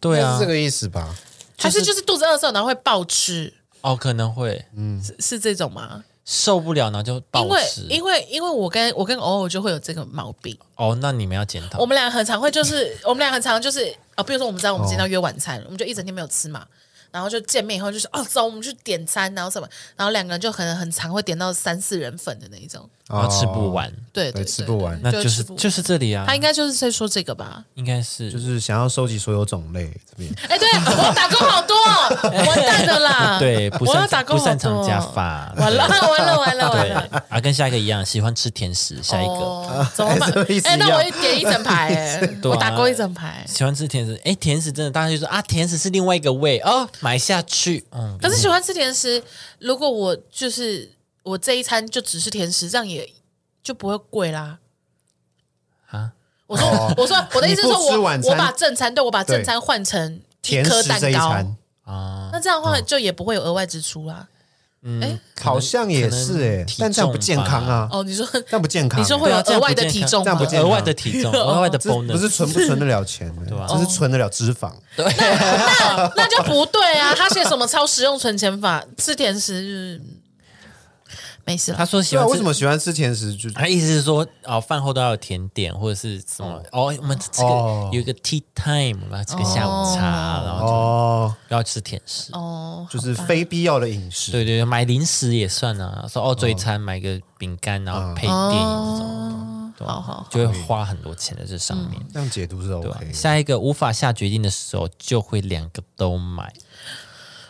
Speaker 2: 对
Speaker 1: 应该
Speaker 2: 啊
Speaker 1: 是这，个意思吧？
Speaker 4: 还是就是肚子饿的时候然后会暴吃，
Speaker 2: 哦，可能会
Speaker 4: 是是这种吗？
Speaker 2: 受不了，然后就
Speaker 4: 因
Speaker 2: 暴
Speaker 4: 为
Speaker 2: 食
Speaker 4: 因。为因为我跟我跟偶尔就会有这个毛病，
Speaker 2: 哦，那你们要检讨
Speaker 4: 我。们俩很常会就是我们俩很常就是啊，比如说我们知道我
Speaker 2: 哦
Speaker 4: 们今天要约晚餐，我们就一整天没有吃嘛。然后就见面以后就是哦，走，我们去点餐，然后什么，然后两个人就很很常会点到三四人份的那一种，
Speaker 2: 然后吃不完，
Speaker 4: 对
Speaker 1: 对
Speaker 4: 对，
Speaker 1: 吃
Speaker 4: 对
Speaker 1: 不完
Speaker 2: 那就
Speaker 4: 吃
Speaker 2: 是
Speaker 4: 不完
Speaker 2: 就是这里啊
Speaker 4: 他，应该就是在说这个吧？
Speaker 2: 应该是
Speaker 1: 哦，就是想要收集所有种类这边。
Speaker 4: 哎，对我打工好多哦，完蛋的啦！
Speaker 2: 对，不
Speaker 4: 啊我要
Speaker 2: 擅
Speaker 4: 打
Speaker 2: 长
Speaker 4: 工
Speaker 2: 不
Speaker 4: 好
Speaker 2: 擅
Speaker 4: 多
Speaker 2: 长
Speaker 4: 哦，
Speaker 2: 加法，
Speaker 4: 完了完了完了完
Speaker 2: 对
Speaker 4: 了，
Speaker 2: 啊，跟下一个一样，喜欢吃甜食，下一个
Speaker 4: 哦怎么 办
Speaker 1: 哎这个意？思
Speaker 4: 哎，
Speaker 1: 一
Speaker 4: 那
Speaker 1: 样
Speaker 4: 我也点一整排，哎，
Speaker 2: 对啊
Speaker 4: 我打工一整排。
Speaker 2: 喜欢吃甜食，哎，甜食真的，大家就说啊，甜食是另外一个味哦，买下去，嗯，
Speaker 4: 可是喜欢吃甜食，如果我就是我这一餐就只是甜食，这样也就不会贵啦。
Speaker 2: 啊，
Speaker 4: 我说我说我的意思是说
Speaker 1: 哦你不吃
Speaker 4: 我
Speaker 1: 晚餐
Speaker 4: 我把正餐对我把正餐换成一
Speaker 1: 甜
Speaker 4: 颗
Speaker 1: 食
Speaker 4: 蛋
Speaker 1: 这一
Speaker 4: 糕，
Speaker 1: 餐
Speaker 2: 啊，
Speaker 4: 那这样的话就也不会有额外支出啦。
Speaker 2: 嗯，可能
Speaker 1: 好像也是哎、但这样不健康，啊，
Speaker 4: 哦，你说
Speaker 1: 但不健康、
Speaker 4: 你说会有
Speaker 2: 对啊这
Speaker 4: 额
Speaker 2: 样
Speaker 4: 外的
Speaker 2: 不健
Speaker 4: 体
Speaker 2: 康
Speaker 4: 重
Speaker 1: 这样
Speaker 4: 吗
Speaker 1: 不
Speaker 4: 哦
Speaker 2: 可？
Speaker 1: 健
Speaker 2: 能额外的体 重，额外的
Speaker 1: 这
Speaker 2: bonus，
Speaker 1: 不是存不存得了钱呢、
Speaker 2: 啊
Speaker 1: 这是存得了脂肪。
Speaker 4: 那哦那就不对啊！他写什么超实用存钱法？吃甜食就是嗯没事
Speaker 2: 他
Speaker 4: 了。
Speaker 2: 说喜
Speaker 1: 对啊，
Speaker 2: 欢
Speaker 1: 为
Speaker 2: 吃
Speaker 1: 什。么喜欢吃甜食？就
Speaker 2: 他意思是说，哦，饭后都要有甜点或者是什么哦，我们这个
Speaker 1: 哦
Speaker 2: 有一个 tea time，我们要吃个下午茶，然后
Speaker 1: 哦，
Speaker 2: 就要吃甜食。
Speaker 4: 哦，
Speaker 1: 就是非必要的饮食。
Speaker 2: 对对，对
Speaker 1: 哦嗯
Speaker 2: 买零食也算啊，说哦，嘴餐买个饼干，然后配电影这种。
Speaker 4: 哦好好，嗯
Speaker 2: 就会花很多钱在这上面。
Speaker 1: 这样解读是
Speaker 2: 对吧
Speaker 1: OK 的。
Speaker 2: 下一个无法下决定的时候，就会两个都买，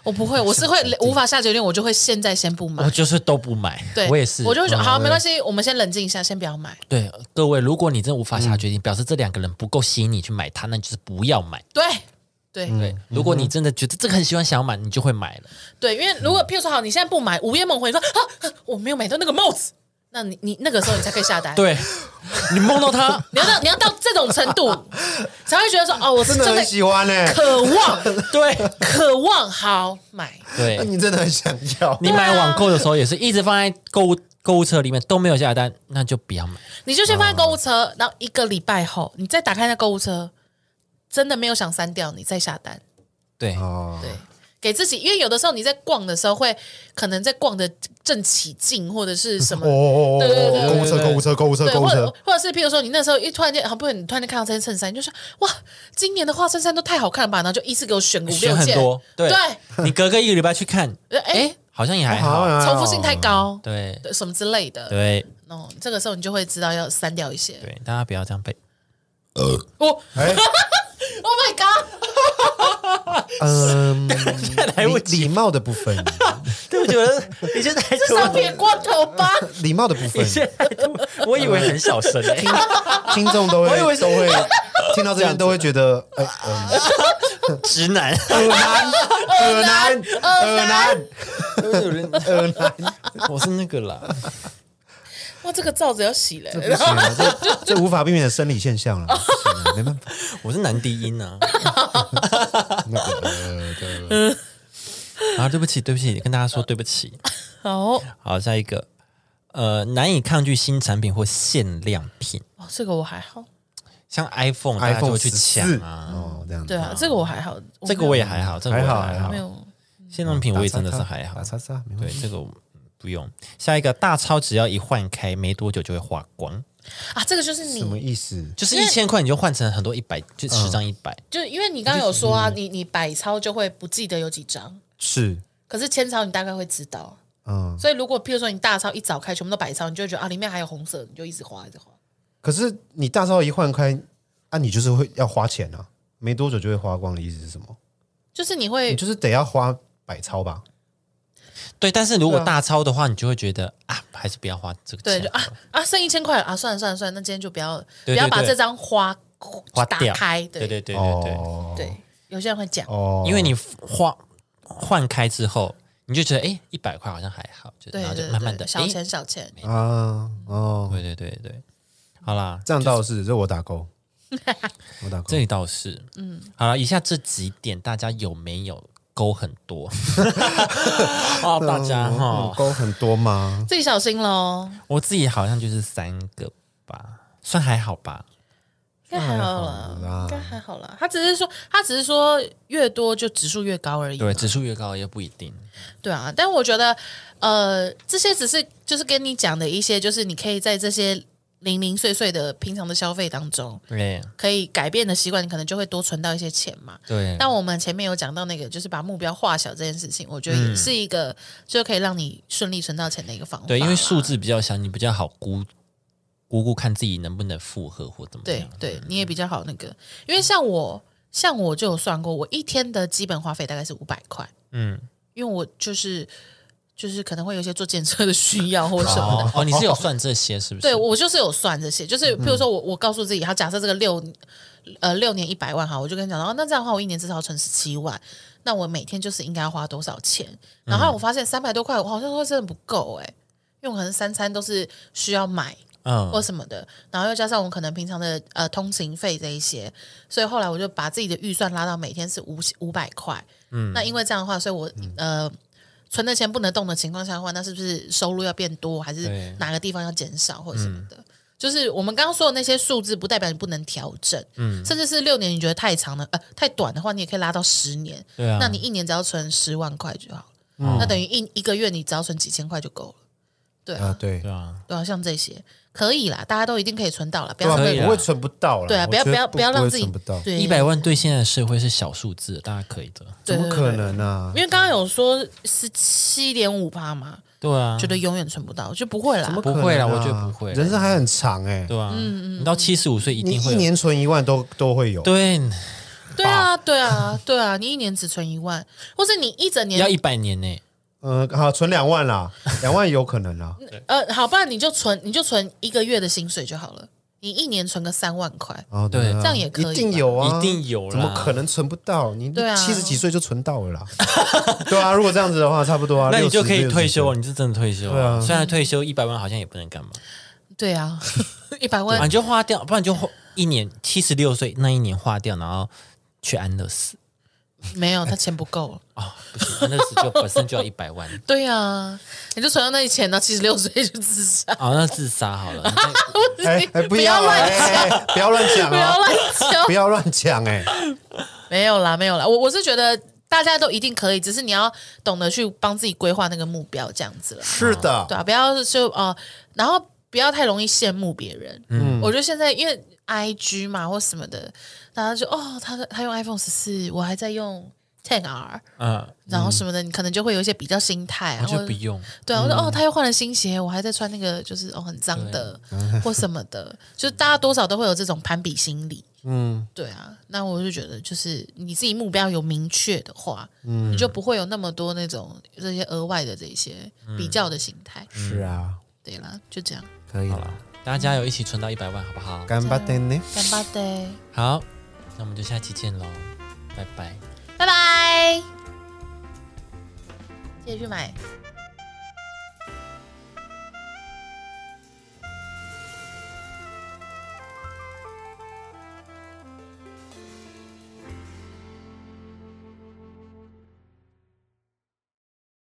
Speaker 4: 我不会，我是会无法下决定，我就会现在先不
Speaker 2: 我
Speaker 4: 买。
Speaker 2: 哦就是都不买。
Speaker 4: 对，
Speaker 2: 我也是。嗯
Speaker 4: 我就会说好，没关系，我们先冷静一下，先不要买。
Speaker 2: 对各位，如果你真的无法下决定，表示这两个人不够吸引你去买它，那你就是不要买。
Speaker 4: 对，对，
Speaker 2: 对，如果你真的觉得这个很喜欢，想要买，你就会买了。
Speaker 4: 对，因为如果譬如说好，你现在不买，午夜梦回你说啊啊，我没有买到那个帽子，那你你那个时候你才可以下 单。，
Speaker 2: 对，你梦到它，
Speaker 4: 你要到你要到这种程度，才会觉得说哦，我是
Speaker 1: 真的
Speaker 4: 真
Speaker 1: 很
Speaker 4: 的
Speaker 1: 喜欢呢、
Speaker 4: 渴望
Speaker 2: 对啊
Speaker 4: 渴望好买。
Speaker 1: 那
Speaker 2: 对，
Speaker 1: 你真的很想要。
Speaker 2: 你买网购的时候也是一直放在购物购物车里面都没有下单，那就不要买。
Speaker 4: 你就先放在购物车，然后一个礼拜后，你再打开那购物车，真的没有想删掉，你再下单。
Speaker 2: 对，
Speaker 1: 哦，
Speaker 4: 对，给自己，因为有的时候你在逛的时候会，可能在逛的正起劲，或者是什么
Speaker 1: 哦。哦哦
Speaker 4: 对对对
Speaker 1: 哦，
Speaker 4: 对
Speaker 1: 购物车，购物车，购物车，
Speaker 4: 对，
Speaker 1: 购物
Speaker 4: 或者
Speaker 1: 车，
Speaker 4: 或者是，譬如说，你那时候一突然间，好不容易你突然间看到这件衬衫，你就说哇，今年的花衬衫都太好看了吧，然后就一次给我选五
Speaker 2: 选
Speaker 4: 六
Speaker 2: 很
Speaker 4: 件，
Speaker 2: 多，对
Speaker 4: 对，，
Speaker 2: 你隔个一个礼拜去看，
Speaker 4: 哎，
Speaker 2: 好像也还
Speaker 1: 好
Speaker 2: 好。啊
Speaker 1: 像还好
Speaker 4: 重复性太。高，
Speaker 2: 哦对
Speaker 4: 对，什么之类的，
Speaker 2: 对
Speaker 4: 哦，这个时候你就会知道要删掉一些。
Speaker 2: 对，大家不要这样被。
Speaker 4: 哦
Speaker 1: 哎，
Speaker 4: ，Oh my god，
Speaker 1: 嗯，
Speaker 2: 来不
Speaker 1: 礼
Speaker 2: 及
Speaker 1: 礼貌的部分，
Speaker 2: 对，我觉得你 现在还
Speaker 4: 这上面光头吧？
Speaker 1: 礼貌的部分，
Speaker 2: 在我以为很小 声欸诶，
Speaker 1: 听众都
Speaker 2: 我以为
Speaker 1: 会
Speaker 2: 是
Speaker 1: 都会听到这边都会觉得，哎，
Speaker 2: 直 男。
Speaker 1: 耳男，耳男，耳男，耳男，
Speaker 2: 我是那个啦，
Speaker 4: 哇，这个罩子要洗嘞，
Speaker 1: 不行啊，这这无法避免的生理现象了，不行啊没办法。
Speaker 2: 我是男低音啊。
Speaker 1: 那个呃对
Speaker 2: 啊，对不起，对不起，跟大家说对不起。
Speaker 4: 好，哦
Speaker 2: 好，下一个，呃，难以抗拒新产品或限量品，
Speaker 4: 哦，这个我还好，
Speaker 2: 像 iPhone，大家就
Speaker 1: iPhone
Speaker 2: 会去
Speaker 1: 十
Speaker 2: 抢
Speaker 1: 四
Speaker 2: 啊。
Speaker 1: 哦，这样子
Speaker 4: 对啊，这个我还好，
Speaker 2: 这个我也还好，这个我也
Speaker 1: 还好
Speaker 2: 还
Speaker 1: 还
Speaker 2: 好
Speaker 1: 好
Speaker 4: 没。有
Speaker 2: 限量品我也真的是
Speaker 1: 打叉叉
Speaker 2: 还好
Speaker 1: 打。叉叉，没问
Speaker 2: 对，
Speaker 1: 题。
Speaker 2: 这个我嗯不用。下一个大钞只要一换开，没多久就会花光，
Speaker 4: 啊，这个就是
Speaker 1: 什么
Speaker 4: 你，
Speaker 1: 意思？
Speaker 2: 就是
Speaker 4: 因
Speaker 2: 一
Speaker 4: 为
Speaker 2: 千块你就换成很多一百，就十张一百。
Speaker 4: 就因为你刚刚有说啊，你你百超就会不记得有几张，
Speaker 1: 是，
Speaker 4: 可是千超你大概会知道，
Speaker 1: 嗯，
Speaker 4: 所以如果譬如说你大超一早开全部都百超，你就会觉得啊里面还有红色，你就一直花一直花。
Speaker 1: 可是你大招一换开，啊，你就是会要花钱啊，没多久就会花光的意思是什么？
Speaker 4: 就是你会
Speaker 1: 你就是得要花百超吧？
Speaker 2: 对，但是如果
Speaker 1: 对啊
Speaker 2: 大钞的话，你就会觉得啊，还是不要花这个
Speaker 4: 对，
Speaker 2: 钱
Speaker 4: 就
Speaker 2: 好
Speaker 4: 啊
Speaker 2: 了。
Speaker 4: 啊，剩一千块了啊，算了算了算了，那今天就不要不
Speaker 2: 对
Speaker 4: 要
Speaker 2: 对
Speaker 4: 把
Speaker 2: 对
Speaker 4: 这张花
Speaker 2: 花
Speaker 4: 打
Speaker 2: 掉
Speaker 4: 开，
Speaker 2: 对对对对对。
Speaker 1: 哦，
Speaker 4: 对，有些人会讲，
Speaker 1: 哦，
Speaker 2: 因为你换换开之后，你就觉得哎，一百块好像还好，就
Speaker 4: 对
Speaker 2: 然后
Speaker 4: 对
Speaker 2: 就
Speaker 4: 对，
Speaker 2: 慢慢的
Speaker 4: 小，
Speaker 2: 诶
Speaker 4: 钱小钱，
Speaker 1: 啊，哦，
Speaker 2: 对对对对，好啦，
Speaker 1: 这样倒是，这我打 勾，我打勾
Speaker 2: 这。里倒是，嗯，好了，以下这几点大家有没有勾很 多？哦，大家
Speaker 1: 嗯
Speaker 2: 哈，
Speaker 1: 勾很多吗？
Speaker 4: 自己小心喽。
Speaker 2: 我自己好像就是三个吧，算还好吧。
Speaker 4: 应该还好
Speaker 2: 哎
Speaker 4: 啦，应该还好啦。他只是说，他只是说越多就指数越高而已。
Speaker 2: 对，指数越高也不一定。
Speaker 4: 对啊，但我觉得，呃，这些只是就是跟你讲的一些，就是你可以在这些零零碎碎的平常的消费当中，
Speaker 2: 对
Speaker 4: 可以改变的习惯，你可能就会多存到一些钱嘛。
Speaker 2: 对，
Speaker 4: 但我们前面有讲到那个，就是把目标化小这件事情，我觉得也是一个，就可以让你顺利存到钱的一个方法啦。
Speaker 2: 对，因为数字比较小，你比较好估估估看自己能不能负荷或怎么
Speaker 4: 对
Speaker 2: 样。嗯
Speaker 4: 对，你也比较好那个，因为像我，像我就有算过，我一天的基本花费大概是五百块，
Speaker 2: 嗯，
Speaker 4: 因为我就是就是可能会有一些做检测的需要或什么的。
Speaker 2: 哦哦，你是有算这些是不嗯是？
Speaker 4: 对，我就是有算这些，就是譬如说我我告诉自己，好，假设这个六呃六年一百万哈，我就跟你讲，哦，那这样的话我一年至少要存十七万，那我每天就是应该要花多少钱？
Speaker 2: 嗯
Speaker 4: 然后我发现三百多块，我好像说真的不够哎、因为我可能三餐都是需要买，
Speaker 2: 嗯
Speaker 4: 或什么的，然后又加上我可能平常的呃通勤费这一些，所以后来我就把自己的预算拉到每天是五五百块。嗯，那因为这样的话，所以我、呃存的钱不能动的情况下的话，那是不是收入要变多，还是
Speaker 2: 对
Speaker 4: 哪个地方要减少或者什么的？就是我们刚刚说的那些数字，不代表你不能调整，嗯，甚至是六年你觉得太长了，呃，太短的话，你也可以拉到十年。
Speaker 2: 对啊
Speaker 4: 那你一年只要存十万块就好了，那等于一一个月你只要存几千块就够了，对啊
Speaker 1: 啊，对
Speaker 2: 对，啊，
Speaker 4: 对啊，像这些可以啦，大家都一定可以存到了，不
Speaker 1: 对
Speaker 4: 要
Speaker 1: 啊，
Speaker 2: 可以
Speaker 4: 被
Speaker 2: 啦
Speaker 1: 不会存不到了。
Speaker 4: 对啊，
Speaker 1: 我
Speaker 4: 不要
Speaker 1: 觉
Speaker 4: 不
Speaker 1: 得
Speaker 4: 要
Speaker 1: 不
Speaker 4: 要让
Speaker 1: 会
Speaker 4: 自己
Speaker 1: 存不到，
Speaker 4: 对
Speaker 2: 一百万对现在的社会是小数字，大家可以的。
Speaker 4: 对
Speaker 1: 怎么
Speaker 4: 对
Speaker 1: 可啊
Speaker 4: 对
Speaker 1: 能呢
Speaker 4: 因？为刚刚有说十七点五趴嘛，
Speaker 2: 对啊，
Speaker 4: 觉得永远存不到，就不会啦。
Speaker 2: 不会啦我觉得不会
Speaker 1: 人生还很长哎，
Speaker 2: 对啊，你到七十五岁一
Speaker 1: 你
Speaker 2: 定会
Speaker 1: 一
Speaker 2: 有
Speaker 1: 年存一万都都会有，
Speaker 2: 对，
Speaker 4: 对啊，对啊，对啊，你一年只存一万，或是你一整
Speaker 2: 要
Speaker 4: 年，
Speaker 2: 一百年呢、
Speaker 1: 嗯，好，存两 万啦，两万有可能啦，
Speaker 4: 呃，好，不然你就存，你就存一个月的薪水就好了，你一年存个三万块，
Speaker 1: 哦，
Speaker 2: 对
Speaker 1: 啊
Speaker 4: 这样也可以吧
Speaker 1: 一定有啊，
Speaker 2: 一定有啦
Speaker 1: 怎么可能存不到？你
Speaker 4: 对啊
Speaker 1: 七十几岁就存到了 啦，对啊，如果这样子的话，差不多啊，
Speaker 2: 那你就可以
Speaker 1: 60
Speaker 2: 退休，
Speaker 1: 60
Speaker 2: 了，你是真的退休、
Speaker 1: 对啊
Speaker 2: 虽然退休一百万好像也不能干嘛，
Speaker 4: 对啊，一百
Speaker 2: 啊
Speaker 4: 万
Speaker 2: 你就花掉，不然就花一年七十六岁那一年花掉，然后去安乐死
Speaker 4: 没有，他钱不够。
Speaker 2: 哦，不行，安乐死就本身就要一百 万
Speaker 4: 对啊，你就存到那里钱，到七十六岁就自杀，
Speaker 2: 哦，那自杀好了，
Speaker 1: 哎 哎，不要啊
Speaker 4: 乱
Speaker 1: 哎，哎不要乱讲
Speaker 4: 不要
Speaker 1: 啊，
Speaker 4: 乱讲
Speaker 1: 不。要乱讲 哎，
Speaker 4: 没有啦，没有啦，我我是觉得大家都一定可以，只是你要懂得去帮自己规划那个目标，这样子啦。
Speaker 1: 是的，
Speaker 4: 对啊，不要就哦、呃然后不要太容易羡慕别人。嗯，我觉得现在因为 I G 嘛或什么的，大家就哦，他他用 iPhone 十四，我还在用 Ten R，
Speaker 2: 嗯，
Speaker 4: 然后什么的，你可能就会有一些比较心态啊，
Speaker 2: 我
Speaker 4: 或
Speaker 2: 就
Speaker 4: 者
Speaker 2: 不用，
Speaker 4: 对啊，我说哦，他又换了新鞋，我还在穿那个就是哦很脏的或什么的，就是大家多少都会有这种攀比心理。
Speaker 1: 嗯，
Speaker 4: 对啊，那我就觉得，就是你自己目标有明确的话，你就不会有那么多那种这些额外的这些比较的心态。
Speaker 1: 是啊，
Speaker 4: 对啦，就这样，
Speaker 1: 可以
Speaker 2: 嗯好
Speaker 1: 了
Speaker 2: 了，，大家加油，一起存到一百万好不好？
Speaker 1: 干巴爹呢？
Speaker 4: 干巴的，
Speaker 2: 好，那我们就下期见喽，拜拜。
Speaker 4: 拜拜，记得去买